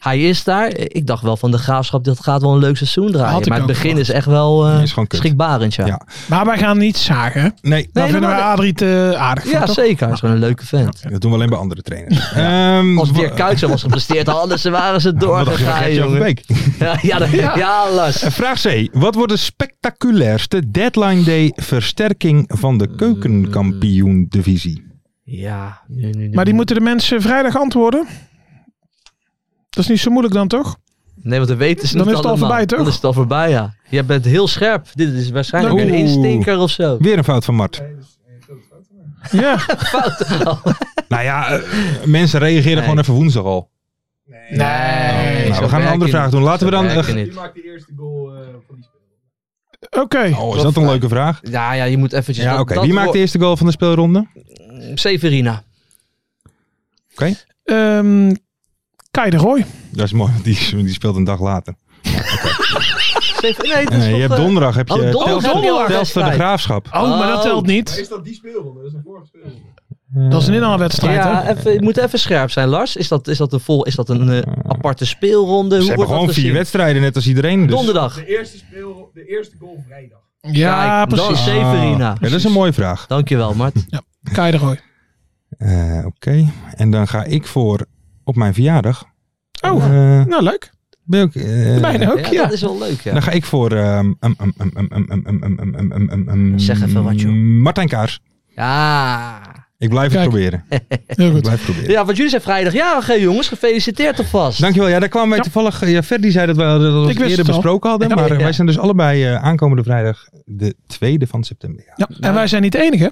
Speaker 5: Hij is daar. Ik dacht wel van de graafschap, dat gaat wel een leuk seizoen
Speaker 7: Had
Speaker 5: draaien.
Speaker 7: ik
Speaker 5: Maar het
Speaker 7: ook
Speaker 5: begin
Speaker 7: verwacht.
Speaker 5: is echt wel eh
Speaker 4: Nee, is gewoon kut.
Speaker 5: schrikbarend, ja.
Speaker 4: Ja.
Speaker 5: Ja,
Speaker 7: Maar wij gaan niet zagen. hè?
Speaker 4: Nee,
Speaker 7: Daar
Speaker 5: Nee,
Speaker 7: vinden we
Speaker 5: maar-
Speaker 7: Adrie te aardig voor, toch?
Speaker 5: zeker. Hij is gewoon een leuke vent.
Speaker 4: dat doen we alleen bij andere trainers. Ehm,
Speaker 5: Als Dirk
Speaker 4: wa-
Speaker 5: Kuyt zo was gepresteerd, anders waren ze
Speaker 4: wat dacht je van
Speaker 5: doorgegaan,
Speaker 4: Gert-Jan van
Speaker 5: jongen.
Speaker 4: Beek?
Speaker 5: Ja, ja, dat- ja, Lars.
Speaker 4: Eh, Vraag C. Wat wordt de spectaculairste deadline day versterking van de keukenkampioen divisie?
Speaker 5: Ja, nu, nu, nu.
Speaker 7: Maar die moeten de mensen vrijdag antwoorden. Dat is niet zo moeilijk dan,
Speaker 5: (laughs)
Speaker 7: toch?
Speaker 5: Nee, want we weten ze
Speaker 7: Dan
Speaker 5: niet
Speaker 7: is het al
Speaker 5: allemaal.
Speaker 7: voorbij, toch?
Speaker 5: Dan is het al voorbij, ja. Je bent heel scherp. Dit is waarschijnlijk
Speaker 4: Oeh.
Speaker 5: een instinker of zo.
Speaker 4: Weer een fout van Mart.
Speaker 7: Ja.
Speaker 4: Nou ja, eh, mensen reageren
Speaker 5: Nee.
Speaker 4: gewoon even woensdag al.
Speaker 5: Nee.
Speaker 4: Nou, we gaan een andere vraag doen. Laten we dan... eh,
Speaker 7: Oké.
Speaker 4: oh, is dat een leuke vraag?
Speaker 5: Ja, ja, je moet eventjes...
Speaker 4: Ja,
Speaker 5: dat-
Speaker 4: oké.
Speaker 5: dat
Speaker 4: Wie maakt
Speaker 5: wo-
Speaker 4: de eerste goal van de speelronde?
Speaker 5: Severina.
Speaker 7: Ehm, Kai de Roy.
Speaker 4: Dat is mooi, want die, die speelt een dag later.
Speaker 5: Sever- Nee, dat is
Speaker 4: Nee, je
Speaker 5: toch,
Speaker 4: hebt
Speaker 5: eh,
Speaker 4: donderdag heb je
Speaker 5: oh, donderdag
Speaker 4: Telstra-
Speaker 5: heb je al een
Speaker 4: Telstra de
Speaker 5: wedstrijd.
Speaker 4: Graafschap.
Speaker 7: Oh, maar dat
Speaker 5: Oh.
Speaker 7: telt niet.
Speaker 9: dat die speelronde? Dat is een vorige speelronde.
Speaker 7: Eh. Dat is een inhaalwedstrijd, hè?
Speaker 5: Ja, even, je moet even scherp zijn, Lars. Is dat, is dat een, vol, is dat een eh, aparte speelronde?
Speaker 4: Ze
Speaker 5: Hoe
Speaker 4: hebben
Speaker 5: wordt
Speaker 4: gewoon
Speaker 5: dat
Speaker 4: vier
Speaker 5: gezien?
Speaker 4: wedstrijden, net als iedereen. Dus.
Speaker 5: Donderdag.
Speaker 9: eerste, speel, de eerste goal vrijdag.
Speaker 7: Ja,
Speaker 5: Kijk, dan
Speaker 7: precies.
Speaker 5: is- Severina.
Speaker 4: Ah, ja, dat is een mooie vraag.
Speaker 5: Dankjewel, Mart.
Speaker 7: Kai de Roy.
Speaker 4: Eh, Oké, en dan ga ik voor op mijn verjaardag.
Speaker 7: Oh,
Speaker 4: Eh,
Speaker 7: nou leuk.
Speaker 4: ben je ook, eh,
Speaker 7: Bijna ook,
Speaker 5: Ja,
Speaker 7: ja.
Speaker 5: Dat is wel leuk, ja.
Speaker 4: Dan ga ik voor... ehm, em, em, em, em, em, em, em, em, em, em, em, em, em,
Speaker 5: Zeg even wat, joh.
Speaker 4: mm, Martijn Kaars.
Speaker 5: Ja.
Speaker 4: Ik blijf
Speaker 7: Kijk.
Speaker 4: het proberen.
Speaker 7: Heel
Speaker 4: Ik
Speaker 7: goed.
Speaker 4: blijf het proberen.
Speaker 5: ja, want jullie zijn vrijdag jarig, hè, jongens. Gefeliciteerd alvast.
Speaker 4: Dankjewel. Ja, daar kwamen wij
Speaker 7: Ja.
Speaker 4: toevallig... eh, Ja, Ferdi zei dat we, dat we dat
Speaker 7: Ik wist
Speaker 4: eerder
Speaker 7: het al.
Speaker 4: besproken hadden.
Speaker 7: Ja.
Speaker 4: maar eh,
Speaker 5: Ja.
Speaker 4: wij zijn dus allebei eh, aankomende vrijdag de 2e van september. Ja.
Speaker 7: Ja, en wij zijn niet de enige.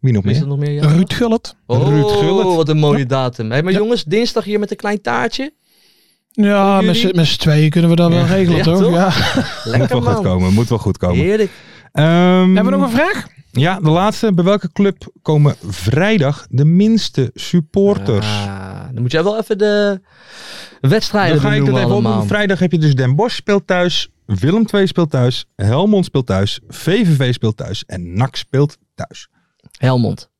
Speaker 4: Wie nog
Speaker 5: Is er
Speaker 4: meer?
Speaker 5: nog meer? Ja?
Speaker 7: Ruud Gullit.
Speaker 5: Oh,
Speaker 4: Ruud Gullit.
Speaker 5: wat een mooie datum. Hey, maar jongens, dinsdag hier met een klein taartje.
Speaker 7: Ja, met z'n- met z'n tweeën kunnen we dat wel regelen,
Speaker 5: Ja,
Speaker 7: toch?
Speaker 5: toch?
Speaker 7: Ja.
Speaker 4: (laughs) Moet wel
Speaker 5: man.
Speaker 4: goed komen. Moet wel goed komen.
Speaker 5: Heerlijk.
Speaker 4: Ehm,
Speaker 7: Hebben we nog een vraag?
Speaker 4: Ja, de laatste. Bij welke club komen vrijdag de minste supporters?
Speaker 5: Ah, dan moet jij wel even de wedstrijden
Speaker 4: Dan ga ik dat
Speaker 5: benoemen
Speaker 4: even
Speaker 5: allemaal.
Speaker 4: op. Vrijdag heb je dus Den Bosch speelt thuis, Willem II speelt thuis, Helmond speelt thuis, VVV speelt thuis en NAC speelt thuis.
Speaker 5: Helmond.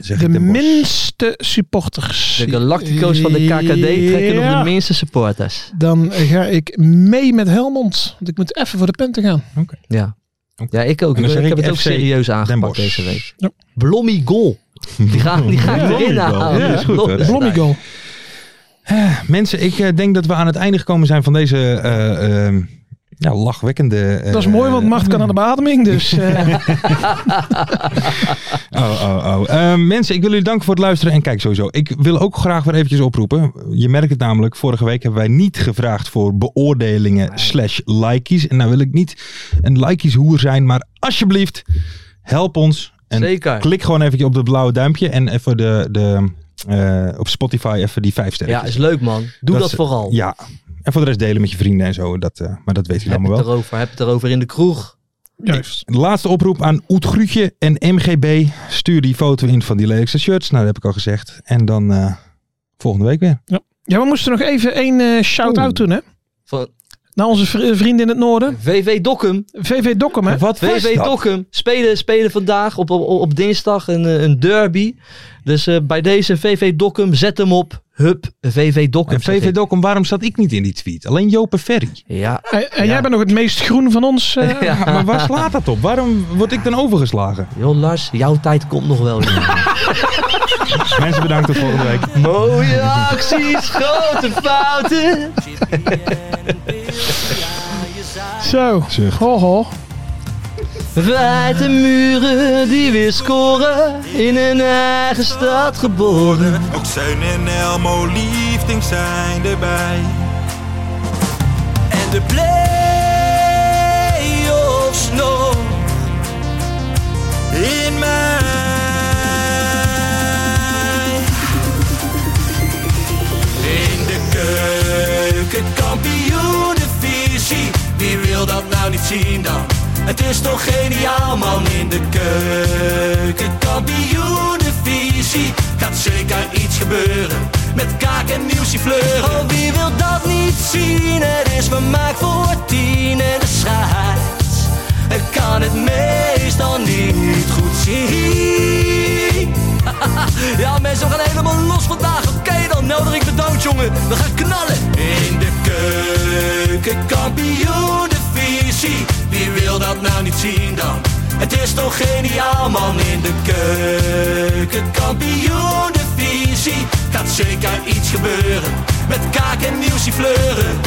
Speaker 4: Zeg
Speaker 7: De
Speaker 4: ik Den Bosch.
Speaker 7: minste supporters.
Speaker 5: De Galactico's van de KKD trekken
Speaker 7: Ja.
Speaker 5: op de minste supporters.
Speaker 7: Dan ga ik mee met Helmond. Want ik moet even voor de punten gaan.
Speaker 5: Ja.
Speaker 4: Oké.
Speaker 5: Ja, ik ook. Ik,
Speaker 4: En dan zeg
Speaker 5: heb
Speaker 4: ik
Speaker 5: het ook
Speaker 4: FC
Speaker 5: serieus aangepakt
Speaker 4: Bosch.
Speaker 5: deze week.
Speaker 7: Ja.
Speaker 5: Blommy goal. Die ga, die ga ik
Speaker 4: Blommy
Speaker 5: erin
Speaker 4: goal.
Speaker 5: halen.
Speaker 4: Ja, is goed, hoor.
Speaker 5: Blommy-
Speaker 7: Blommy goal.
Speaker 4: Mensen, ik eh, denk dat we aan het einde gekomen zijn van deze eh, eh, ja, lachwekkende... eh,
Speaker 7: Dat is mooi, want macht kan aan de beademing. (laughs) Dus eh,
Speaker 4: Oh, oh, oh. Eh, mensen, ik wil jullie danken voor het luisteren. En kijk, sowieso, ik wil ook graag weer eventjes oproepen. Je merkt het namelijk, vorige week hebben wij niet gevraagd voor beoordelingen slash likeys. En nou wil ik niet een likeyshoer zijn, maar alsjeblieft, help ons. En
Speaker 5: Zeker.
Speaker 4: klik gewoon even op dat blauwe duimpje en even de, de, eh, op Spotify even die vijf sterren.
Speaker 5: Ja, is leuk man. Doe dat, vooral.
Speaker 4: Ja, en voor de rest delen met je vrienden en zo. Dat, eh, maar dat weten jullie
Speaker 5: heb
Speaker 4: allemaal
Speaker 5: het
Speaker 4: wel.
Speaker 5: erover. Heb het erover in de kroeg.
Speaker 7: juist.
Speaker 4: De laatste oproep aan Oet Groetje en MGB. Stuur die foto in van die lelijkste shirts. Nou, dat heb ik al gezegd. En dan eh, volgende week weer.
Speaker 7: Ja, we moesten nog even één eh, shout-out doen, hè?
Speaker 5: Van
Speaker 7: Naar onze vri- vrienden in het noorden.
Speaker 5: VV Dokkum.
Speaker 7: VV Dokkum, hè?
Speaker 4: Wat
Speaker 5: VV Dokkum eh, spelen, spelen vandaag op, op, op dinsdag een, eh, een derby. Dus eh, bij deze VV Dokkum, zet hem op. Hup, VV Dokkum.
Speaker 4: En
Speaker 5: zeg
Speaker 4: VV
Speaker 5: ik.
Speaker 4: Dokkum, waarom zat ik niet in die tweet? Alleen Joop en (laughs) Ferry.
Speaker 5: Ja,
Speaker 7: En, en
Speaker 5: Ja.
Speaker 7: jij bent nog het meest groen van ons. eh.
Speaker 5: (laughs) Ja.
Speaker 4: Maar waar slaat dat op? Waarom word ik dan overgeslagen?
Speaker 5: joh Lars, jouw tijd komt nog wel. jongen.
Speaker 4: Mensen, bedankt tot volgende week.
Speaker 5: Mooie acties, (laughs) grote fouten.
Speaker 7: Zo.
Speaker 4: Zucht.
Speaker 7: Ho, ho.
Speaker 5: Wijd de muren die weer scoren. In hun eigen stad geboren.
Speaker 3: Ook Zijn en Elmo liefdings zijn erbij.
Speaker 2: en de play-offs nog in mij. In de keuken, kampioenenvisie, wie wil dat nou niet zien dan? Het is toch geniaal man in de keuken, kampioenenvisie, gaat zeker iets gebeuren. Met kaak en nieuwsje fleuren. Oh, wie wil dat niet zien? Het is vermaakt voor tien en de schijt.
Speaker 5: Ik kan het meestal niet goed zien. Ja, mensen, we gaan helemaal los vandaag. Oké, dan nodig ik de dood, jongen. We gaan knallen. In de keuken, kampioen, de visie. Wie wil dat nou niet zien dan? Het is toch geniaal, man. In de keuken, kampioen, de visie. Gaat zeker iets gebeuren. Met kaak en nieuwsie fleuren.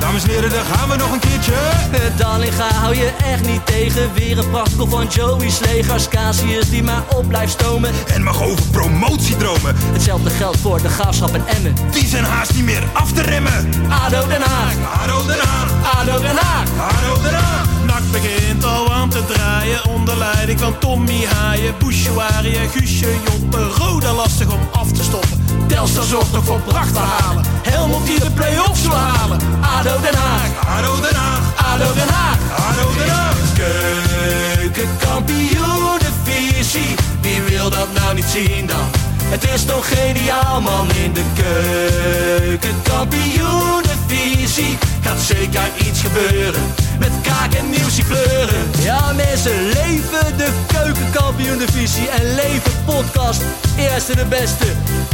Speaker 3: Dames en heren, daar gaan we nog een keertje.
Speaker 5: Eh, Dallinga hou je echt niet tegen. Weer een prachtkel van Joey's legers. Casius die maar op blijft stomen.
Speaker 3: En mag over promotie dromen.
Speaker 5: Hetzelfde geldt voor de graafschap en Emmen.
Speaker 3: Die zijn haast niet meer af te remmen.
Speaker 5: ADO Den Haag.
Speaker 3: ADO Den Haag.
Speaker 5: ADO Den Haag.
Speaker 3: ADO Den Haag.
Speaker 10: Nak begint al aan te draaien onder leiding van Tommy Haaien, Bouchouari en Guusje Joppen. Roda lastig om af te stoppen.
Speaker 5: Telstar zorgt nog voor pracht te halen. Helmond die de play-offs wil halen. ADO Den Haag.
Speaker 3: ADO Den Haag.
Speaker 5: ADO Den Haag.
Speaker 3: ADO Den Haag.
Speaker 5: Keukenkampioenenvisie. Wie wil dat nou niet zien dan? Het is toch geniaal man in de keukenkampioenenvisie. Gaat zeker iets gebeuren. Met kaak en nieuwsie kleuren. Ja mensen, leven de keukenkampioenenvisie. En leven podcast. Eerste de beste.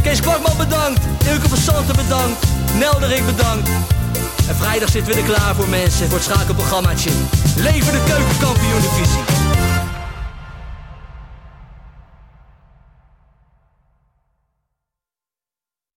Speaker 5: Kees Kwakman bedankt. Ilke van Santen bedankt. Nelderik bedankt. En vrijdag zitten we er klaar voor mensen, voor het schakelprogrammaatje. Leven de keukenkampioen divisie.